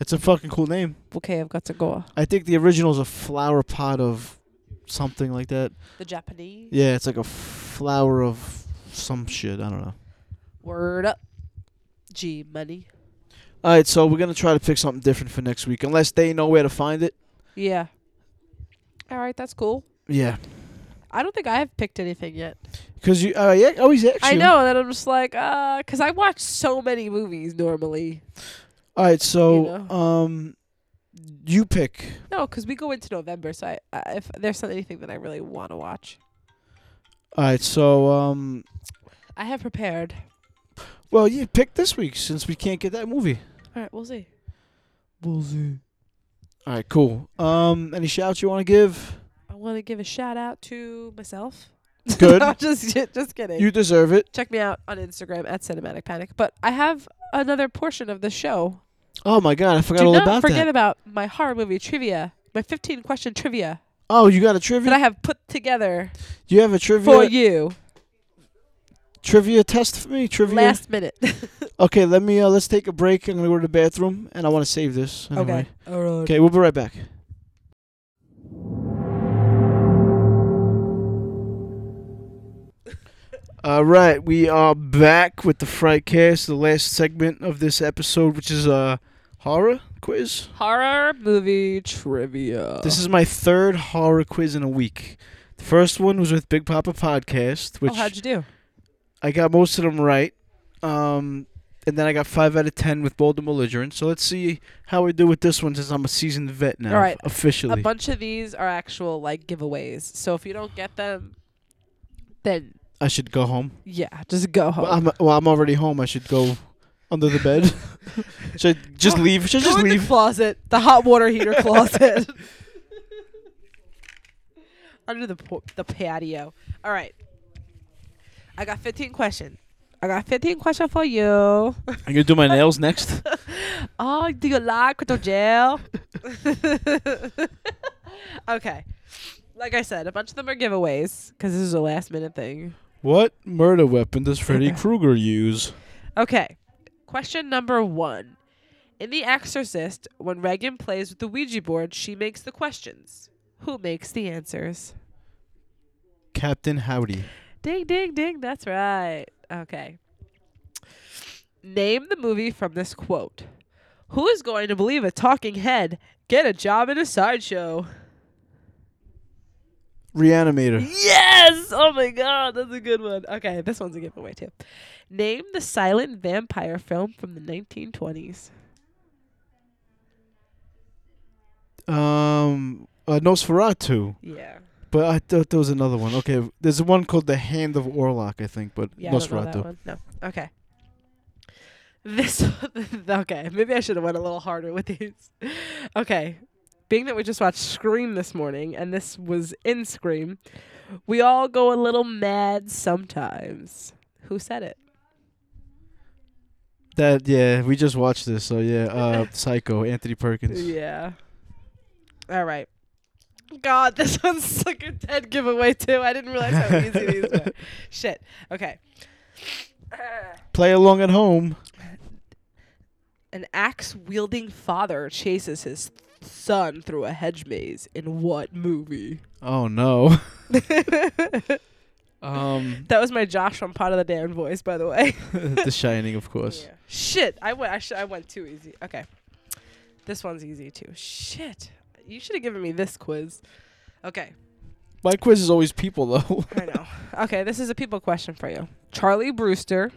Speaker 3: It's a fucking cool name.
Speaker 4: Bouquet of guts and gore.
Speaker 3: I think the original's a flower pot of something like that.
Speaker 4: The Japanese.
Speaker 3: Yeah, it's like a flower of some shit. I don't know.
Speaker 4: Word up. G money.
Speaker 3: All right, so we're gonna try to pick something different for next week, unless they know where to find it.
Speaker 4: Yeah. All right, that's cool.
Speaker 3: Yeah,
Speaker 4: I don't think I have picked anything yet.
Speaker 3: because you. Uh, yeah, I always ask
Speaker 4: I
Speaker 3: you.
Speaker 4: know, and then I'm just like, uh, because I watch so many movies normally.
Speaker 3: All right, so
Speaker 4: You know.
Speaker 3: um, you pick.
Speaker 4: No, because we go into November, so I, I, if there's not anything that I really want to watch,
Speaker 3: All right, so um,
Speaker 4: I have prepared.
Speaker 3: well, you pick this week since we can't get that movie.
Speaker 4: All right, we'll see.
Speaker 3: We'll see. All right, cool. Um, any shouts you want to give?
Speaker 4: I want to give a shout out to myself.
Speaker 3: Good.
Speaker 4: No, just, just kidding.
Speaker 3: You deserve it.
Speaker 4: Check me out on Instagram at Cinematic Panic. But I have another portion of the show.
Speaker 3: Oh my god, I forgot
Speaker 4: Do
Speaker 3: all
Speaker 4: not
Speaker 3: about
Speaker 4: forget
Speaker 3: that.
Speaker 4: about my horror movie trivia, my 15 question trivia
Speaker 3: oh, you got a
Speaker 4: that
Speaker 3: trivia.
Speaker 4: I have put together
Speaker 3: you have a
Speaker 4: for
Speaker 3: trivia
Speaker 4: you
Speaker 3: trivia test for me. Trivia.
Speaker 4: last minute.
Speaker 3: okay, let me. Uh, let's take a break. I'm gonna go to the bathroom, and I want to save this. Anyway.
Speaker 4: okay. All right.
Speaker 3: Okay, we'll be right back. All right, we are back with the Frightcast, the last segment of this episode, which is a horror quiz.
Speaker 4: Horror movie trivia.
Speaker 3: This is my third horror quiz in a week. The first one was with Big Papa Podcast, which
Speaker 4: oh, how'd you do?
Speaker 3: I got most of them right. Um, and then I got five out of ten with Bold and Belligerent. So let's see how we do with this one since I'm a seasoned vet now,
Speaker 4: All right.
Speaker 3: officially.
Speaker 4: A bunch of these are actual like giveaways. So if you don't get them, then
Speaker 3: I should go home.
Speaker 4: yeah, just go home.
Speaker 3: Well, I'm, well, I'm already home. I should go under the bed. should I just leave? Should I
Speaker 4: Go
Speaker 3: just
Speaker 4: in
Speaker 3: leave?
Speaker 4: the closet, the hot water heater closet, under the po- the patio. All right, I got 15 question. I got 15 question for you.
Speaker 3: I'm gonna do my nails next.
Speaker 4: Oh, do you like crypto jail? okay. Like I said, a bunch of them are giveaways because this is a last minute thing.
Speaker 3: What murder weapon does Freddy Krueger use?
Speaker 4: Okay. Question number one. In The Exorcist, when Regan plays with the Ouija board, she makes the questions. Who makes the answers?
Speaker 3: Captain Howdy.
Speaker 4: Ding, ding, ding. That's right. Okay. Name the movie from this quote Who is going to believe a talking head? Get a job in a sideshow.
Speaker 3: Reanimator.
Speaker 4: Yes! Oh my god, that's a good one. Okay, this one's a giveaway too. Name the silent vampire film from the 1920s.
Speaker 3: Um, uh, Nosferatu.
Speaker 4: Yeah.
Speaker 3: But I thought there was another one. Okay, there's one called The Hand of Orlok, I think, but
Speaker 4: Yeah, I don't know that
Speaker 3: Nosferatu.
Speaker 4: one. No. Okay. This okay. Maybe I should have went a little harder with these. Okay. Being that we just watched Scream this morning, and this was in Scream, we all go a little mad sometimes. Who said it?
Speaker 3: That yeah, we just watched this, so yeah. Uh, Psycho, Anthony Perkins.
Speaker 4: Yeah. All right. God, this one's like a dead giveaway too. I didn't realize how easy these were. Shit. Okay.
Speaker 3: Play along at home.
Speaker 4: An axe wielding father chases his son through a hedge maze in what movie?
Speaker 3: Oh no.
Speaker 4: that
Speaker 3: um,
Speaker 4: was my Josh from Pot of the Damn voice, by the way.
Speaker 3: The Shining, of course.
Speaker 4: Yeah. Shit, I went. I, sh- I went too easy. Okay, this one's easy too. Shit, you should have given me this quiz. Okay,
Speaker 3: My quiz is always people though.
Speaker 4: I know. Okay, this is a people question for you. Charlie Brewster,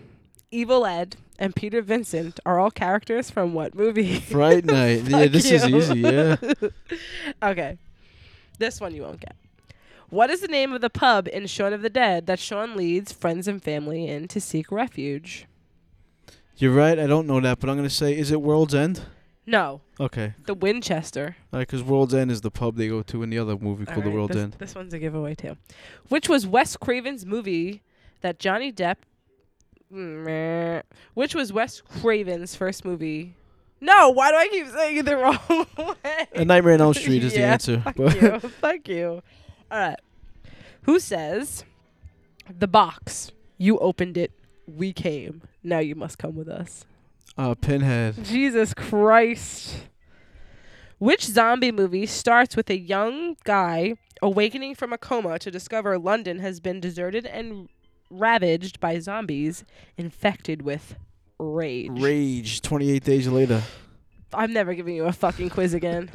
Speaker 4: Evil Ed, and Peter Vincent are all characters from what movie?
Speaker 3: Fright Night. yeah,
Speaker 4: Fuck
Speaker 3: this is
Speaker 4: you.
Speaker 3: easy. Yeah.
Speaker 4: okay. This one you won't get. What is the name of the pub in Shaun of the Dead that Shaun leads friends and family in to seek refuge?
Speaker 3: You're right. I don't know that, but I'm gonna say, is it World's End?
Speaker 4: No,
Speaker 3: Okay.
Speaker 4: the Winchester.
Speaker 3: Alright, 'cause World's End is the pub they go to in the other movie called
Speaker 4: All
Speaker 3: The
Speaker 4: right,
Speaker 3: World's
Speaker 4: this,
Speaker 3: End.
Speaker 4: This one's a giveaway too. Which was Wes Craven's movie that mm, Johnny Depp. Meh. Which was Wes Craven's first movie No, why do I keep saying it the wrong way?
Speaker 3: A Nightmare on Elm Street is
Speaker 4: Yeah,
Speaker 3: the answer.
Speaker 4: Fuck
Speaker 3: but-
Speaker 4: you. Fuck you. All right. Who says the box? You opened it. We came. Now you must come with us.
Speaker 3: uh, Pinhead.
Speaker 4: Jesus Christ. Which zombie movie starts with a young guy awakening from a coma to discover London has been deserted and ravaged by zombies infected with rage?
Speaker 3: Rage. 28 days later.
Speaker 4: I'm never giving you a fucking quiz again.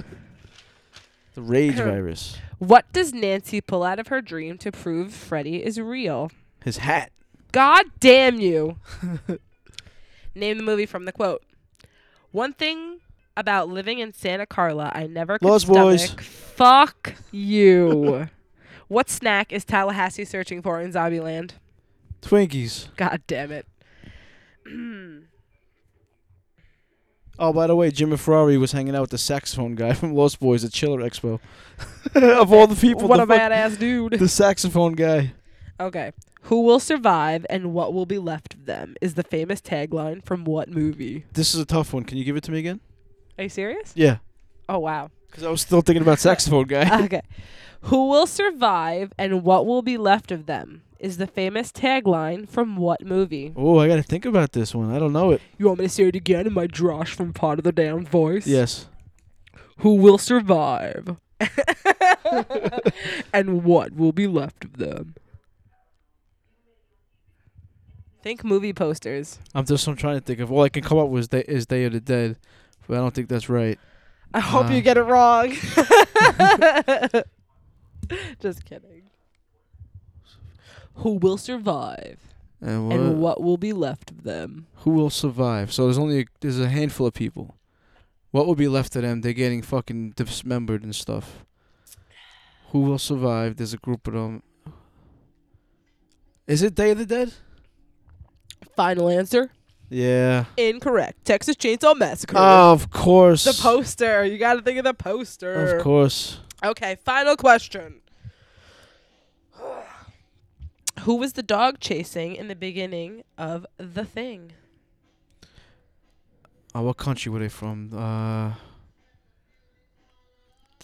Speaker 3: The rage virus.
Speaker 4: What does Nancy pull out of her dream to prove Freddy is real?
Speaker 3: His hat.
Speaker 4: God damn you. Name the movie from the quote. One thing about living in Santa Carla I never could
Speaker 3: Lost
Speaker 4: stomach.
Speaker 3: Boys.
Speaker 4: Fuck you. what snack is Tallahassee searching for in Zombieland?
Speaker 3: Twinkies.
Speaker 4: God damn it.
Speaker 3: Oh, by the way, Jimmy Ferrari was hanging out with the saxophone guy from Lost Boys at Chiller Expo. of all the people,
Speaker 4: what
Speaker 3: the,
Speaker 4: a
Speaker 3: fuck-
Speaker 4: badass dude.
Speaker 3: the saxophone guy.
Speaker 4: Okay. Who will survive and what will be left of them is the famous tagline from what movie?
Speaker 3: This is a tough one. Can you give it to me again?
Speaker 4: Are you serious?
Speaker 3: Yeah.
Speaker 4: Oh wow.
Speaker 3: Because I was still thinking about saxophone guy.
Speaker 4: okay. Who will survive and what will be left of them is the famous tagline from what movie?
Speaker 3: oh, I gotta think about this one. I don't know it.
Speaker 4: You want me to say it again in my drosh from part of the down voice?
Speaker 3: Yes.
Speaker 4: Who will survive and what will be left of them? Think movie posters.
Speaker 3: I'm just. I'm trying to think of. All I can come up with is Day, is Day of the Dead, but I don't think that's right.
Speaker 4: I hope
Speaker 3: Uh.
Speaker 4: you get it wrong. Just kidding. Who will survive
Speaker 3: And what?
Speaker 4: and what will be left of them?
Speaker 3: Who will survive? So there's only a, there's a handful of people. What will be left of them? They're getting fucking dismembered and stuff. Who will survive? There's a group of them. Is it Day of the Dead?
Speaker 4: Final answer.
Speaker 3: Yeah.
Speaker 4: Incorrect. Texas Chainsaw Massacre.
Speaker 3: Ah, of course.
Speaker 4: the poster. You got to think of the poster.
Speaker 3: Of course.
Speaker 4: Okay, final question. Who was the dog chasing in the beginning of The Thing?
Speaker 3: Uh, what country were they from? Uh,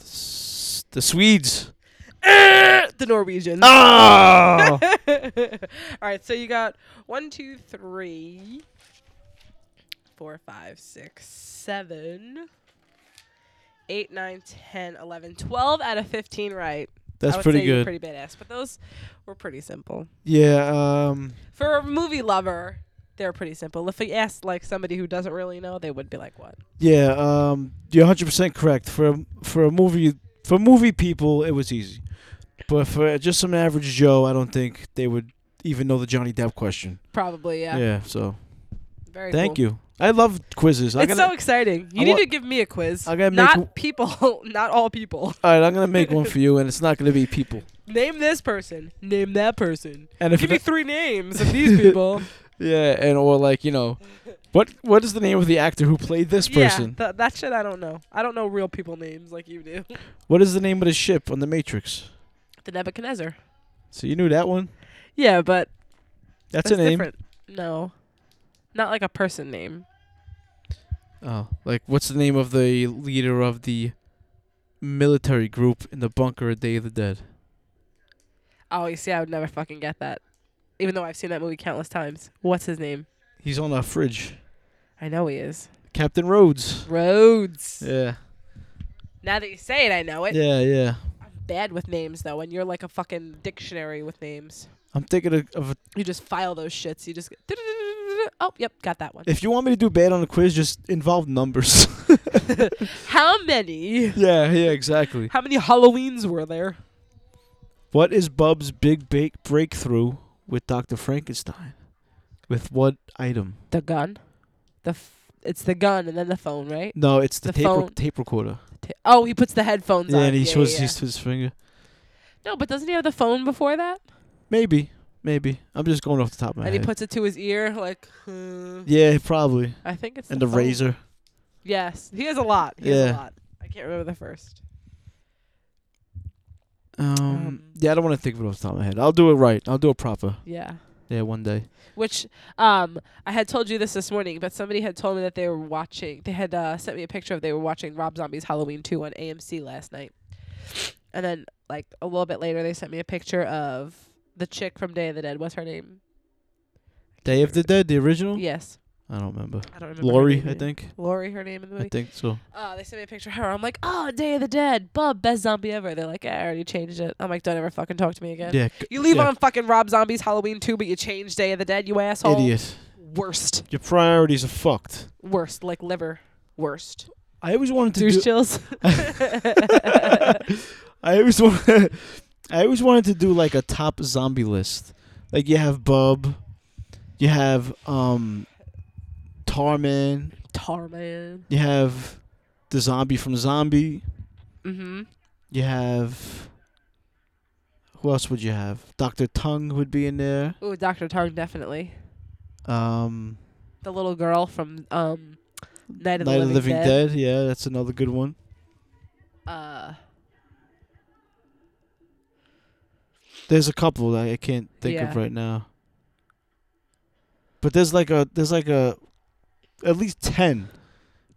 Speaker 3: s- the Swedes.
Speaker 4: The Norwegians.
Speaker 3: Oh!
Speaker 4: All right, so you got one, two, three, four, five, six, seven, eight, nine, ten, eleven, twelve out of 15 right.
Speaker 3: That's
Speaker 4: I would
Speaker 3: pretty
Speaker 4: say you're
Speaker 3: good.
Speaker 4: pretty badass, but those were pretty simple.
Speaker 3: yeah. Um.
Speaker 4: For a movie lover, they're pretty simple. If you asked like somebody who doesn't really know, they would be like, "What?"
Speaker 3: Yeah. Um. You're 100 percent correct. For a- for a movie for movie people, it was easy, but for just some average Joe, I don't think they would even know the Johnny Depp question.
Speaker 4: Probably, yeah.
Speaker 3: Yeah. so
Speaker 4: Very.
Speaker 3: thank you. I love quizzes. I
Speaker 4: It's
Speaker 3: gotta,
Speaker 4: so exciting. You
Speaker 3: I
Speaker 4: need
Speaker 3: wa-
Speaker 4: to give me a quiz.
Speaker 3: I gotta make
Speaker 4: not
Speaker 3: w-
Speaker 4: people, not all people.
Speaker 3: all right, I'm gonna make one for you, and it's not gonna be people.
Speaker 4: Name this person. Name that person.
Speaker 3: And if
Speaker 4: Give
Speaker 3: it-
Speaker 4: me three names of these people.
Speaker 3: Yeah, and or like you know, what what is the name of the actor who played this person?
Speaker 4: Yeah, th- that shit I don't know. I don't know real people names like you do.
Speaker 3: what is the name of the ship on the Matrix?
Speaker 4: The Nebuchadnezzar.
Speaker 3: So you knew that one.
Speaker 4: Yeah, but
Speaker 3: That's,
Speaker 4: that's,
Speaker 3: a name.
Speaker 4: different. No, not like a person name.
Speaker 3: Oh, like what's the name of the leader of the military group in the bunker at Day of the Dead?
Speaker 4: Oh, you see, I would never fucking get that. Even though I've seen that movie countless times. What's his name?
Speaker 3: He's on a fridge.
Speaker 4: I know he is.
Speaker 3: Captain Rhodes.
Speaker 4: Rhodes.
Speaker 3: Yeah.
Speaker 4: Now that you say it, I know it.
Speaker 3: Yeah, yeah.
Speaker 4: I'm bad with names, though, and you're like a fucking dictionary with names.
Speaker 3: I'm thinking of, of a,
Speaker 4: You just file those shits. You just. Go, oh, yep, got that one.
Speaker 3: if you want me to do bad on a quiz, just involve numbers.
Speaker 4: How many?
Speaker 3: yeah, yeah, exactly.
Speaker 4: How many Halloweens were there?
Speaker 3: What is Bub's big bake breakthrough with Dr. Frankenstein? With what item?
Speaker 4: The gun. The. F- it's the gun and then the phone, right?
Speaker 3: No, it's the,
Speaker 4: The
Speaker 3: tape, rec-
Speaker 4: phone.
Speaker 3: tape recorder.
Speaker 4: Ta- oh, he puts the headphones
Speaker 3: Yeah,
Speaker 4: on.
Speaker 3: and he
Speaker 4: yeah,
Speaker 3: shows
Speaker 4: yeah,
Speaker 3: He twists his finger.
Speaker 4: yeah. No, but doesn't he have the phone before that? Maybe.
Speaker 3: Maybe, maybe. I'm just going off the top of my
Speaker 4: and he
Speaker 3: head.
Speaker 4: puts it to his ear, like. hmm.
Speaker 3: yeah, probably.
Speaker 4: I think it's
Speaker 3: And
Speaker 4: the
Speaker 3: the
Speaker 4: phone.
Speaker 3: razor.
Speaker 4: Yes, he has a lot. He has
Speaker 3: Yeah.
Speaker 4: a lot. I can't remember the first.
Speaker 3: Um,
Speaker 4: Um,
Speaker 3: yeah, I don't want to think of it off the top of my head. I'll do it right. I'll do it proper.
Speaker 4: Yeah.
Speaker 3: Yeah, one day.
Speaker 4: which um I had told you this this morning, but somebody had told me that they were watching. They had uh, sent me a picture of they were watching Rob Zombie's Halloween 2 on AMC last night, and then like a little bit later, they sent me a picture of the chick from Day of the Dead. What's her name?
Speaker 3: Day of the Dead, the original.
Speaker 4: Yes,
Speaker 3: I don't remember.
Speaker 4: I don't remember. her
Speaker 3: Laurie,
Speaker 4: name.
Speaker 3: I think.
Speaker 4: Lori, her name in the
Speaker 3: I
Speaker 4: movie.
Speaker 3: think so.
Speaker 4: Uh, they sent me a picture of her. I'm like, oh, Day of the Dead, bub, best zombie ever. They're like, I already changed it. I'm like, don't ever fucking talk to me again.
Speaker 3: Yeah. c-
Speaker 4: You leave
Speaker 3: yeah,
Speaker 4: on fucking Rob Zombie's Halloween 2, but you change Day of the Dead, you asshole.
Speaker 3: Idiot.
Speaker 4: Worst.
Speaker 2: Your priorities are fucked.
Speaker 4: Worst. Like liver. Worst.
Speaker 3: I always wanted to.
Speaker 4: Douche
Speaker 3: do-
Speaker 4: chills.
Speaker 3: I always want. I always wanted to do like a top zombie list. Like you have Bub, you have um, Tarman,
Speaker 4: Tar man.
Speaker 3: you have the zombie from Zombie,
Speaker 4: Mm-hmm.
Speaker 3: you have. Who else would you have? Doctor Tongue would be in there.
Speaker 4: Ooh, Dr. Tongue, definitely.
Speaker 3: Um,
Speaker 4: The little girl from um, Night of
Speaker 3: Night
Speaker 4: the
Speaker 3: of the Living Dead. Yeah, that's another good one.
Speaker 4: Uh,
Speaker 3: There's a couple that I can't think
Speaker 4: Yeah.
Speaker 3: of right now. But there's like a there's like a at least ten.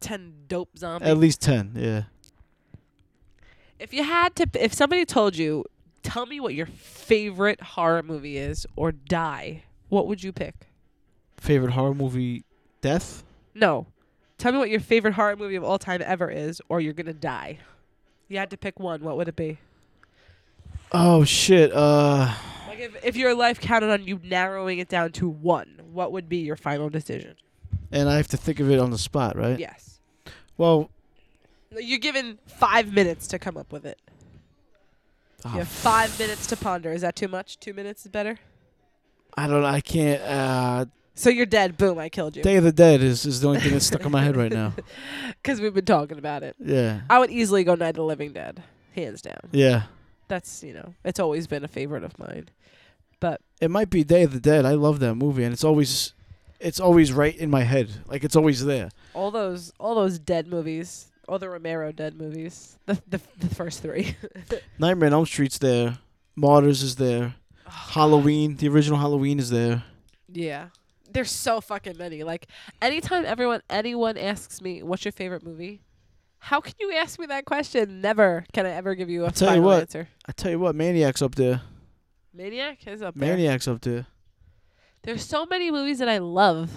Speaker 4: 10 dope zombies.
Speaker 3: At least ten, yeah.
Speaker 4: If you had to, if somebody told you, tell me what your favorite horror movie is or die, what would you pick?
Speaker 3: Favorite horror movie Death?
Speaker 4: No. Tell me what your favorite horror movie of all time ever is or you're going to die. You had to pick one, what would it be?
Speaker 3: Oh shit. Uh
Speaker 4: Like if, if your life counted on you narrowing it down to one, what would be your final decision?
Speaker 3: and I have to think of it on the spot, right?
Speaker 4: Yes.
Speaker 3: Well
Speaker 4: You're given five minutes to come up with it.
Speaker 3: oh,
Speaker 4: You have five minutes to ponder. Is that too much? Two minutes is better?
Speaker 3: I don't know, I can't uh
Speaker 4: So you're dead. Boom, I killed you.
Speaker 3: Day of the Dead is, is the only thing that's stuck in my head right now.
Speaker 4: Because we've been talking about it.
Speaker 3: Yeah.
Speaker 4: I would easily go Night of the Living Dead, hands down.
Speaker 3: Yeah.
Speaker 4: That's, you know, it's always been a favorite of mine. But
Speaker 3: It might be Day of the Dead. I love that movie and it's always it's always right in my head. Like it's always there.
Speaker 4: all those all those dead movies, all the Romero dead movies, the the, the first three.
Speaker 3: Nightmare on Elm Street's there. Martyrs is there. Halloween, the original Halloween is there.
Speaker 4: Yeah. There's so fucking many. Like anytime everyone anyone asks me, "What's your favorite movie?" How can you ask me that question? Never can I ever give you a
Speaker 3: I'll tell you
Speaker 4: final
Speaker 3: what.
Speaker 4: answer.
Speaker 3: I tell you what, Maniac's up there.
Speaker 4: Maniac is up there.
Speaker 3: Maniac's up there.
Speaker 4: There's so many movies that I love.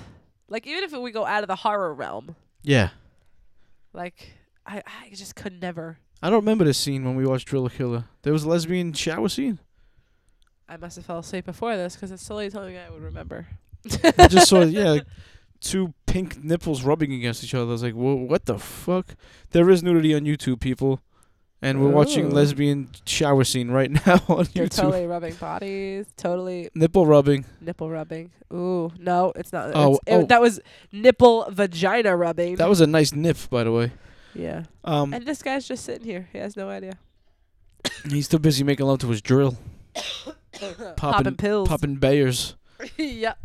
Speaker 4: Like even if we go out of the horror realm,
Speaker 3: Yeah.
Speaker 4: like I I just could never.
Speaker 3: I don't remember this scene when we watched Driller Killer. There was a lesbian shower scene.
Speaker 4: I must have fell asleep before this because it's the only thing I would remember.
Speaker 3: I just saw, yeah, like, two pink nipples rubbing against each other. I was like, Whoa, what the fuck? There is nudity on YouTube, people. And we're watching
Speaker 4: Ooh.
Speaker 3: lesbian shower scene right now on
Speaker 4: You're
Speaker 3: YouTube.
Speaker 4: totally rubbing bodies, totally
Speaker 3: Nipple rubbing.
Speaker 4: nipple rubbing. Ooh, no, it's not.
Speaker 3: Oh,
Speaker 4: Oh,
Speaker 3: oh.
Speaker 4: that was nipple vagina rubbing.
Speaker 3: That was a nice nip, by the way.
Speaker 4: yeah.
Speaker 3: Um,
Speaker 4: And this guy's just sitting here. He has no idea.
Speaker 3: he's too busy making love to his drill,
Speaker 4: Popping,
Speaker 3: Popping-
Speaker 4: pills.
Speaker 3: popping Bayers.
Speaker 4: yep.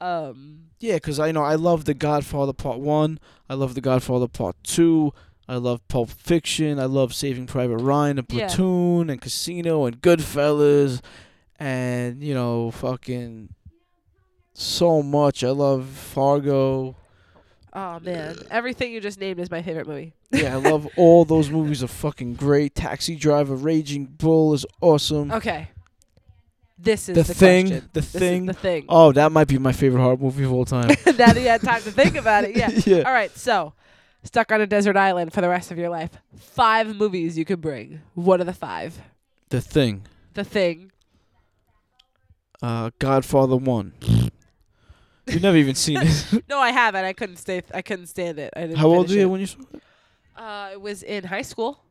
Speaker 4: Um.
Speaker 3: Yeah, 'cause I know I love The Godfather Part One. I love The Godfather Part Two. I love Pulp Fiction. I love Saving Private Ryan and
Speaker 4: Yeah.
Speaker 3: Platoon and Casino and Goodfellas, and you know fucking so much. I love Fargo.
Speaker 4: Oh man, everything you just named is my favorite movie.
Speaker 3: Yeah, I love all those movies. Are fucking great. Taxi Driver, Raging Bull is awesome.
Speaker 4: Okay. This is
Speaker 3: The
Speaker 4: the,
Speaker 3: Thing,
Speaker 4: question.
Speaker 3: The
Speaker 4: This is
Speaker 3: Thing.
Speaker 4: the thing.
Speaker 3: Oh, that might be my favorite horror movie of all time.
Speaker 4: now that you had time to think about it, yeah.
Speaker 3: yeah.
Speaker 4: All right, so stuck on a desert island for the rest of your life. Five movies you could bring. What are the five?
Speaker 3: The Thing.
Speaker 4: The Thing.
Speaker 3: Uh, Godfather One. You've never even seen it.
Speaker 4: No, I haven't. I couldn't stay. I couldn't stand it. I didn't
Speaker 3: How old were
Speaker 4: finish
Speaker 3: you when you saw it?
Speaker 4: it. Uh, it was in high school.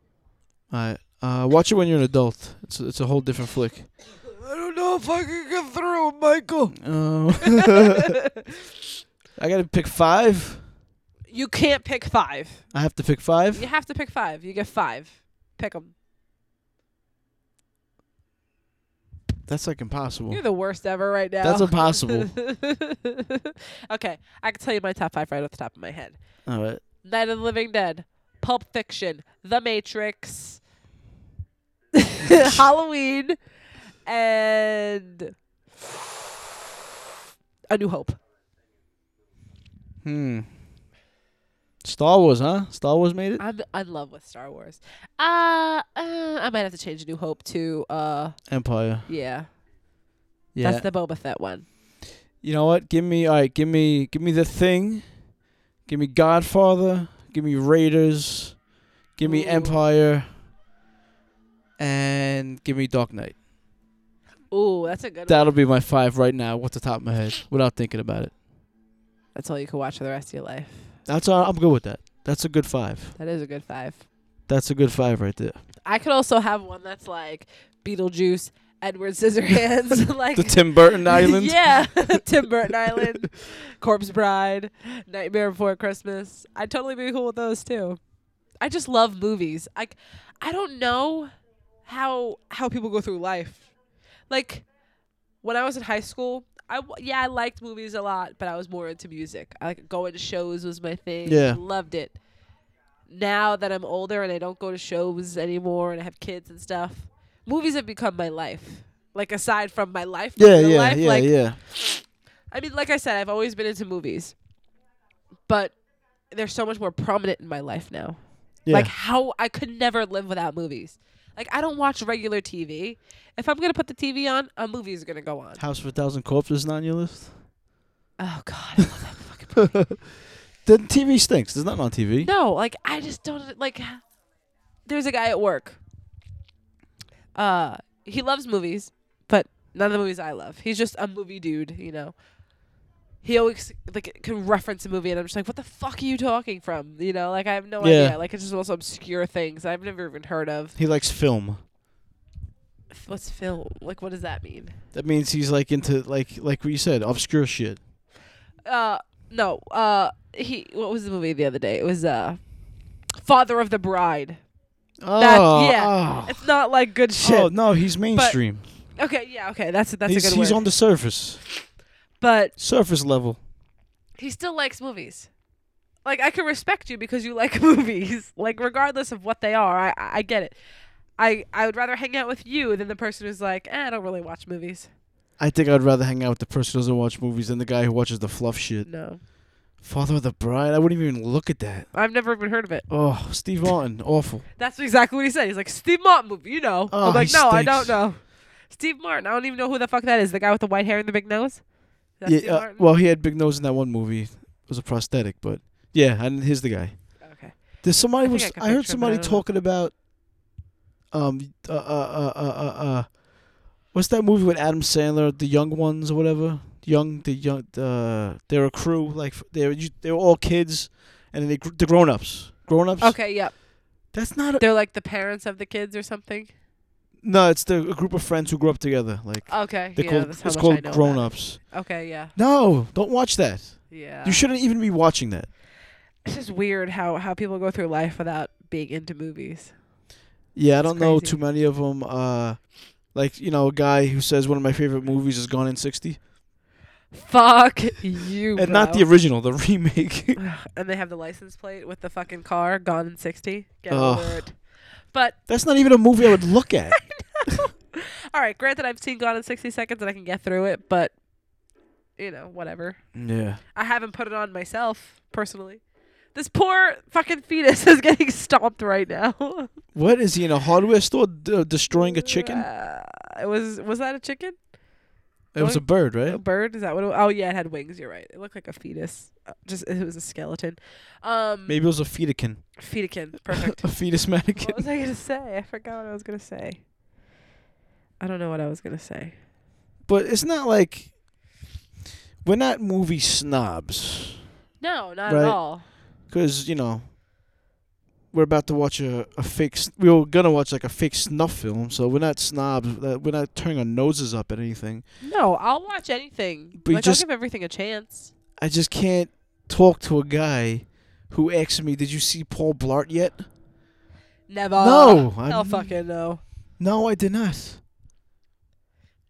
Speaker 3: Alright. Uh, watch it when you're an adult. It's a, it's a whole different flick.
Speaker 4: I don't know if I can get through, Michael.
Speaker 3: Uh, I gotta pick five.
Speaker 4: You can't pick five.
Speaker 3: I have to pick five.
Speaker 4: You have to pick five. You get five. Pick 'em.
Speaker 3: That's like impossible.
Speaker 4: You're the worst ever right now.
Speaker 3: That's impossible.
Speaker 4: okay, I can tell you my top five right off the top of my head.
Speaker 3: All right.
Speaker 4: Night of the Living Dead, Pulp Fiction, The Matrix, Halloween, and A New Hope.
Speaker 3: Hmm. Star Wars, huh? Star Wars made it.
Speaker 4: I'm in love with Star Wars. Uh, uh I might have to change A New Hope to uh
Speaker 3: Empire.
Speaker 4: yeah.
Speaker 3: Yeah.
Speaker 4: That's the Boba Fett one.
Speaker 3: you know what? Give me all right. Give me give me the thing. Give me Godfather. Give me Raiders. Give me
Speaker 4: Ooh.
Speaker 3: Empire. And give me Dark Knight.
Speaker 4: Ooh, that's a good
Speaker 3: That'll be my five right now, off the top of my head, without thinking about it.
Speaker 4: one. That's all you can watch for the rest of your life.
Speaker 3: That's all. I'm good with that. That's a good five.
Speaker 4: That is a good five.
Speaker 3: That's a good five right there.
Speaker 4: I could also have one that's like Beetlejuice, Edward Scissorhands, like
Speaker 3: The Tim Burton Island.
Speaker 4: yeah, Tim Burton Island, Corpse Bride, Nightmare Before Christmas. I'd totally be cool with those too. I just love movies. I, I don't know how how people go through life. Like when I was in high school, I w- yeah I liked movies a lot, but I was more into music. I like going to shows was my thing.
Speaker 3: Yeah.
Speaker 4: loved it. Now that I'm older and I don't go to shows anymore and I have kids and stuff, movies have become my life. Like aside from my life, my
Speaker 3: Yeah,
Speaker 4: real
Speaker 3: yeah,
Speaker 4: life,
Speaker 3: yeah,
Speaker 4: like
Speaker 3: yeah.
Speaker 4: I mean, like I said, I've always been into movies, but they're so much more prominent in my life now.
Speaker 3: Yeah.
Speaker 4: Like how I could never live without movies. Like I don't watch regular TV. If I'm gonna put the TV on, a movie is gonna go on.
Speaker 3: House of a Thousand Corpses is not on your list.
Speaker 4: Oh God, I love that fucking. movie.
Speaker 3: the TV stinks. There's nothing on TV.
Speaker 4: No, like I just don't like. There's a guy at work. Uh, he loves movies, but none of the movies I love. He's just a movie dude, you know. He always like can reference a movie, and I'm just like, "What the fuck are you talking from?" You know, like I have no
Speaker 3: Yeah.
Speaker 4: idea. Like it's just also obscure things I've never even heard of.
Speaker 3: He likes film.
Speaker 4: What's film? Like, what does that mean?
Speaker 3: That means he's like into like like what you said, obscure shit.
Speaker 4: Uh, no. Uh, he. What was the movie the other day? It was uh, Father of the Bride.
Speaker 3: Oh,
Speaker 4: That yeah.
Speaker 3: Oh.
Speaker 4: It's not like good shit.
Speaker 3: Oh, no, he's mainstream.
Speaker 4: Okay, yeah, okay, that's that's
Speaker 3: he's
Speaker 4: a good
Speaker 3: he's
Speaker 4: word.
Speaker 3: on the surface,
Speaker 4: but
Speaker 3: surface level.
Speaker 4: he still likes movies. Like I can respect you because you like movies. Like regardless of what they are, I I I get it. I I would rather hang out with you than the person who's like, eh, I don't really watch movies.
Speaker 3: I think I'd rather hang out with the person who doesn't watch movies than the guy who watches the fluff shit.
Speaker 4: No,
Speaker 3: Father of the Bride. I wouldn't even look at that.
Speaker 4: I've never even heard of it.
Speaker 3: Oh, Steve Martin, awful.
Speaker 4: That's exactly what he said. He's like Steve Martin movie, you know?
Speaker 3: Oh,
Speaker 4: I'm like,
Speaker 3: he
Speaker 4: no, I
Speaker 3: stinks.
Speaker 4: don't know. Steve Martin. I don't even know who the fuck that is. The guy with the white hair and the big nose. That's Steve
Speaker 3: Yeah. uh,
Speaker 4: Martin?
Speaker 3: well, he had big nose in that one movie. It was a prosthetic, but yeah, and here's the guy.
Speaker 4: okay.
Speaker 3: There's somebody
Speaker 4: I think
Speaker 3: was.
Speaker 4: I can
Speaker 3: I, heard
Speaker 4: picture him, but
Speaker 3: somebody
Speaker 4: I don't know.
Speaker 3: talking about. Um. Uh. Uh. Uh. Uh. uh what's that movie with Adam Sandler? The Young Ones or whatever. Young. The young. Uh. They're a crew. Like f- they're you- they're all kids, and then they gr- the grown ups. Grown ups.
Speaker 4: Okay. Yep.
Speaker 3: That's not. A,
Speaker 4: They're like the parents of the kids or something.
Speaker 3: no, it's the a group of friends who grew up together. Like
Speaker 4: Okay.
Speaker 3: they're
Speaker 4: Oh, yeah,
Speaker 3: called.
Speaker 4: that's how
Speaker 3: It's
Speaker 4: much I
Speaker 3: called
Speaker 4: know
Speaker 3: grown
Speaker 4: about it. Oh.
Speaker 3: ups.
Speaker 4: Okay. Yeah.
Speaker 3: No, don't watch that.
Speaker 4: Yeah.
Speaker 3: You shouldn't even be watching that.
Speaker 4: It's just weird how how people go through life without being into movies.
Speaker 3: Yeah, I
Speaker 4: It's
Speaker 3: don't know
Speaker 4: crazy.
Speaker 3: too many of them. Uh, like you know, a guy who says one of my favorite movies is Gone in sixty,
Speaker 4: Fuck you.
Speaker 3: and not the
Speaker 4: bro.
Speaker 3: original, the remake.
Speaker 4: and they have the license plate with the fucking car gone in sixty. Get
Speaker 3: Ugh.
Speaker 4: over it. But
Speaker 3: That's not even a movie I would look at.
Speaker 4: all right, granted, I've seen Gone in sixty seconds and I can get through it, but you know, whatever.
Speaker 3: yeah,
Speaker 4: I haven't put it on myself personally. This poor fucking fetus is getting stomped right now.
Speaker 3: what is he in a hardware store d- uh, destroying a chicken?
Speaker 4: Uh, it was was that a chicken?
Speaker 3: It was a bird,
Speaker 4: a
Speaker 3: right?
Speaker 4: bird is that what it, oh yeah it had wings you're right it looked like a fetus Uh, just it was a skeleton um
Speaker 3: Maybe it was a fetikin,
Speaker 4: fetikin perfect
Speaker 3: a fetus
Speaker 4: what
Speaker 3: mannequin.
Speaker 4: was i gonna say i forgot what i was gonna say i don't know what i was gonna say
Speaker 3: But it's not like we're not movie snobs,
Speaker 4: no not
Speaker 3: Right.
Speaker 4: at all
Speaker 3: because you know we're about to watch a, a fake. s- We were gonna watch like a fake snuff film, so we're not snobs. uh, We're not turning our noses up at anything.
Speaker 4: no i'll watch anything
Speaker 3: But you
Speaker 4: like
Speaker 3: just-
Speaker 4: i'll give everything a chance
Speaker 3: I just can't talk to a guy who asks me, "Did you see Paul Blart yet?"
Speaker 4: never
Speaker 3: no, I'm-
Speaker 4: hell fucking no
Speaker 3: No, I did not.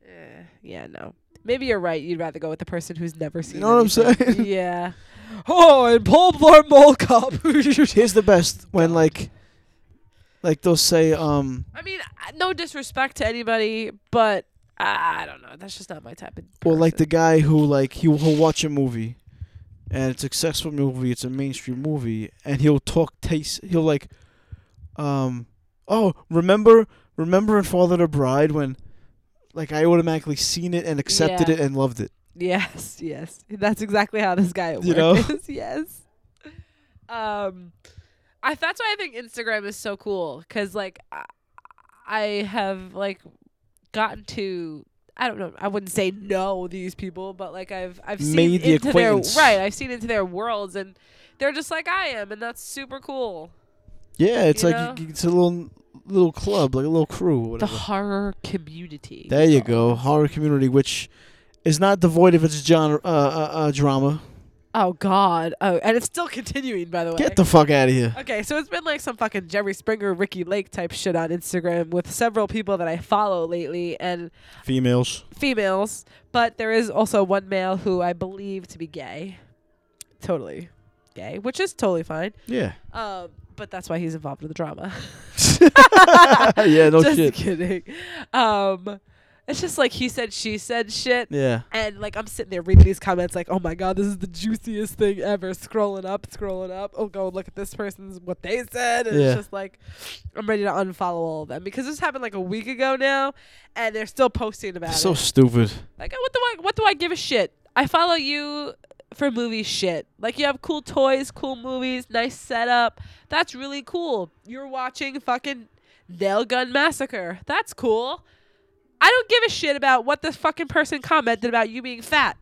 Speaker 4: Eh, yeah no Maybe you're right. You'd rather go with the person who's never seen.
Speaker 3: know what I'm
Speaker 4: anything.
Speaker 3: saying?
Speaker 4: Yeah. Oh, and Paul Blart Mall Cop.
Speaker 3: Here's the best when like, like they'll say, um,
Speaker 4: uh, I mean, I- no disrespect to anybody, but I don't know. That's just not my type of.
Speaker 3: Well, like the
Speaker 4: person.
Speaker 3: guy who like he will watch a movie, and it's a successful movie, it's a mainstream movie, and he'll talk taste. He'll like, um, oh, remember, remember in Father the Bride when, like, I automatically seen it and accepted
Speaker 4: Yeah.
Speaker 3: it and loved it.
Speaker 4: Yes, yes. That's exactly how this guy at
Speaker 3: You
Speaker 4: work
Speaker 3: know?
Speaker 4: is. Yes. Um, I that's why I think Instagram is so cool because like I, I have like gotten to I don't know I wouldn't say know these people but like I've I've seen
Speaker 3: Made the
Speaker 4: into their
Speaker 3: acquaintance.
Speaker 4: right I've seen into their worlds and they're just like I am and that's super cool.
Speaker 3: Yeah, it's
Speaker 4: You
Speaker 3: like
Speaker 4: know?
Speaker 3: it's a little little club, like a little crew. Or
Speaker 4: The
Speaker 3: whatever.
Speaker 4: horror community.
Speaker 3: there you go, horror community, which is not devoid of its genre uh, uh, uh, drama.
Speaker 4: Oh God. Oh, and it's still continuing by the way.
Speaker 3: Get the fuck out of here.
Speaker 4: Okay, so it's been like some fucking Jerry Springer, Ricky Lake type shit on Instagram with several people that I follow lately and
Speaker 3: Females.
Speaker 4: females, but there is also one male who I believe to be gay. Totally gay, which is totally fine.
Speaker 3: Yeah.
Speaker 4: Um, but that's why he's involved in the drama.
Speaker 3: yeah. No
Speaker 4: just
Speaker 3: shit.
Speaker 4: kidding. Um, it's just like he said, she said shit.
Speaker 3: Yeah.
Speaker 4: And like I'm sitting there reading these comments, like, oh my god, this is the juiciest thing ever. Scrolling up, scrolling up. Oh, go look at this person's what they said, and
Speaker 3: Yeah.
Speaker 4: it's just like I'm ready to unfollow all of them because this happened like a week ago now, and they're still posting about
Speaker 3: So
Speaker 4: it.
Speaker 3: stupid.
Speaker 4: Like, oh, what do I what do I give a shit? I follow you for movie shit. Like you have cool toys, cool movies, nice setup. That's really cool. You're watching fucking Nail Gun Massacre. That's cool. I don't give a shit about what this fucking person commented about you being fat.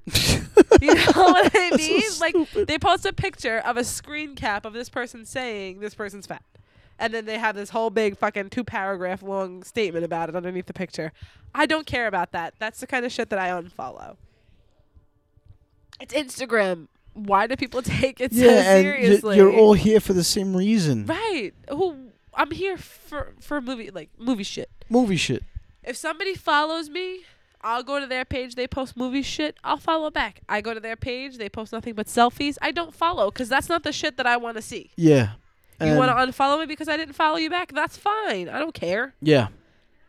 Speaker 4: You know what I mean? like they post a picture of a screen cap of this person saying this person's fat. And then they have this whole big fucking two paragraph long statement about it underneath the picture. I don't care about that. That's the kind of shit that I unfollow. It's Instagram. Why do people take it so seriously?
Speaker 3: you're all here for the same reason.
Speaker 4: right. Who I'm here for for movie like movie shit.
Speaker 3: Movie shit.
Speaker 4: If somebody follows me, I'll go to their page. They post movie shit. I'll follow back. I go to their page. They post nothing but selfies. I don't follow because that's not the shit that I want to see.
Speaker 3: Yeah.
Speaker 4: you
Speaker 3: And-
Speaker 4: want to unfollow me because I didn't follow you back? That's fine. I don't care.
Speaker 3: Yeah.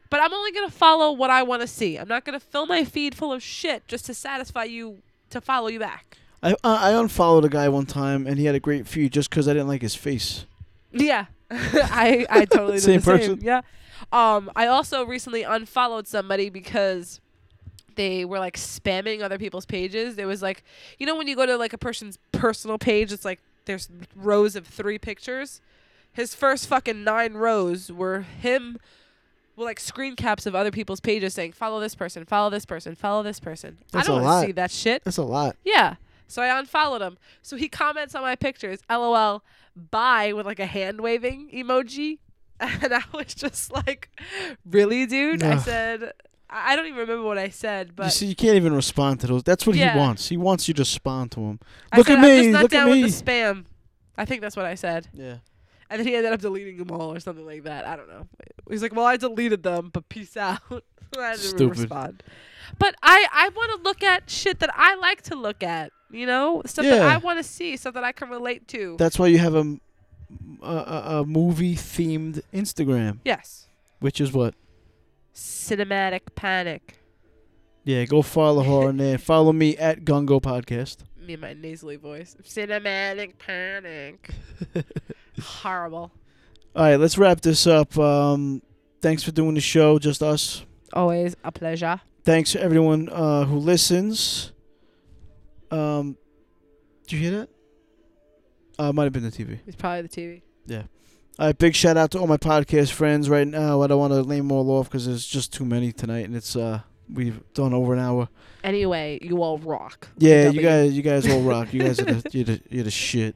Speaker 4: But I'm only going to follow what I want to see. I'm not going to fill my feed full of shit just to satisfy you to follow you back.
Speaker 3: I I I unfollowed a guy one time and he had a great feud just 'cause I didn't like his face.
Speaker 4: Yeah. I I totally did
Speaker 3: Same
Speaker 4: the same.
Speaker 3: person.
Speaker 4: Yeah. Um I also recently unfollowed somebody because they were like spamming other people's pages. It was like you know when you go to like a person's personal page, it's like there's rows of three pictures. His first fucking nine rows were him well, like screen caps of other people's pages saying, Follow this person, follow this person, follow this person.
Speaker 3: That's
Speaker 4: I
Speaker 3: a
Speaker 4: don't want
Speaker 3: lot.
Speaker 4: to see that shit.
Speaker 3: That's a lot.
Speaker 4: Yeah. So I unfollowed him. So he comments on my pictures, lol, bye, with like a hand waving emoji. And I was just like, really, dude? I
Speaker 3: Ugh.
Speaker 4: said, I I don't even remember what I said,
Speaker 3: you
Speaker 4: but
Speaker 3: see, you can't even respond to those. That's what
Speaker 4: Yeah.
Speaker 3: he wants. He wants you to respond to him.
Speaker 4: I
Speaker 3: Look
Speaker 4: said,
Speaker 3: at
Speaker 4: I'm just
Speaker 3: me.
Speaker 4: not
Speaker 3: Look at
Speaker 4: down
Speaker 3: me.
Speaker 4: with the spam. I think that's what I said.
Speaker 3: yeah.
Speaker 4: And then he ended up deleting them all or something like that. I don't know. He's like, well, I deleted them, but peace out. I didn't
Speaker 3: Stupid.
Speaker 4: respond. But I, I want to look at shit that I like to look at, you know? Stuff that
Speaker 3: Yeah.
Speaker 4: I want to see, stuff that I can relate to.
Speaker 3: That's why you have a m- a, movie themed Instagram,
Speaker 4: yes.
Speaker 3: which is what.
Speaker 4: Cinematic Panic.
Speaker 3: Yeah. Go follow her on there. Follow me at Gungo Podcast.
Speaker 4: Me and my nasally voice. Cinematic Panic. Horrible.
Speaker 3: All right. Let's wrap this up. Um, thanks for doing the show. Just us.
Speaker 4: Always a pleasure.
Speaker 3: thanks to everyone uh, who listens. Um, did you hear that? Uh, it might have been the TV.
Speaker 4: It's probably the TV.
Speaker 3: All right, big shout out to all my podcast friends right now. I don't want to name them all off because there's just too many tonight, and it's uh we've done over an hour.
Speaker 4: Anyway, you all rock.
Speaker 3: Yeah,
Speaker 4: W.
Speaker 3: you guys, you guys all rock. You guys are the you're the, you're the shit.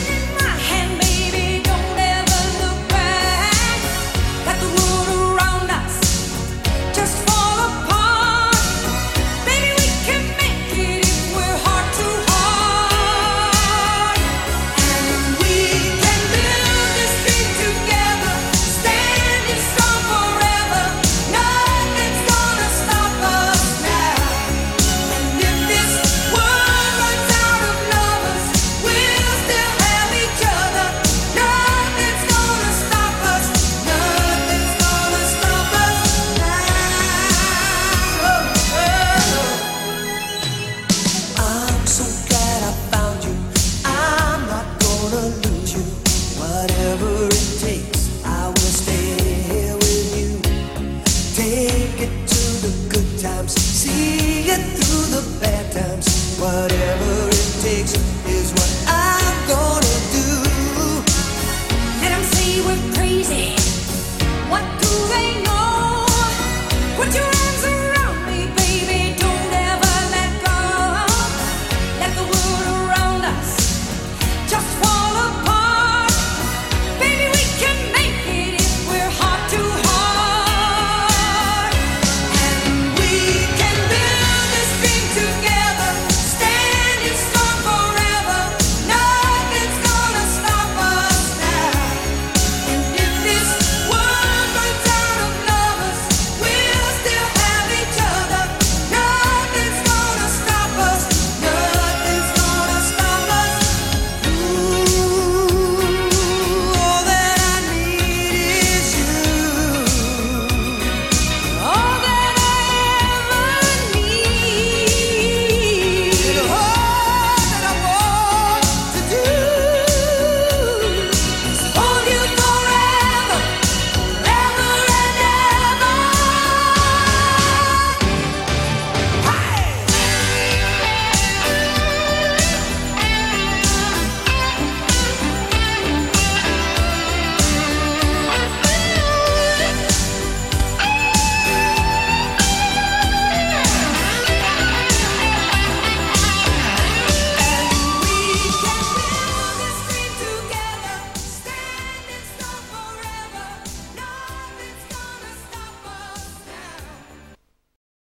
Speaker 5: in my hand, baby. Don't ever look back. Let the world around us just fall apart. They Oh,
Speaker 6: gonna lose you, whatever it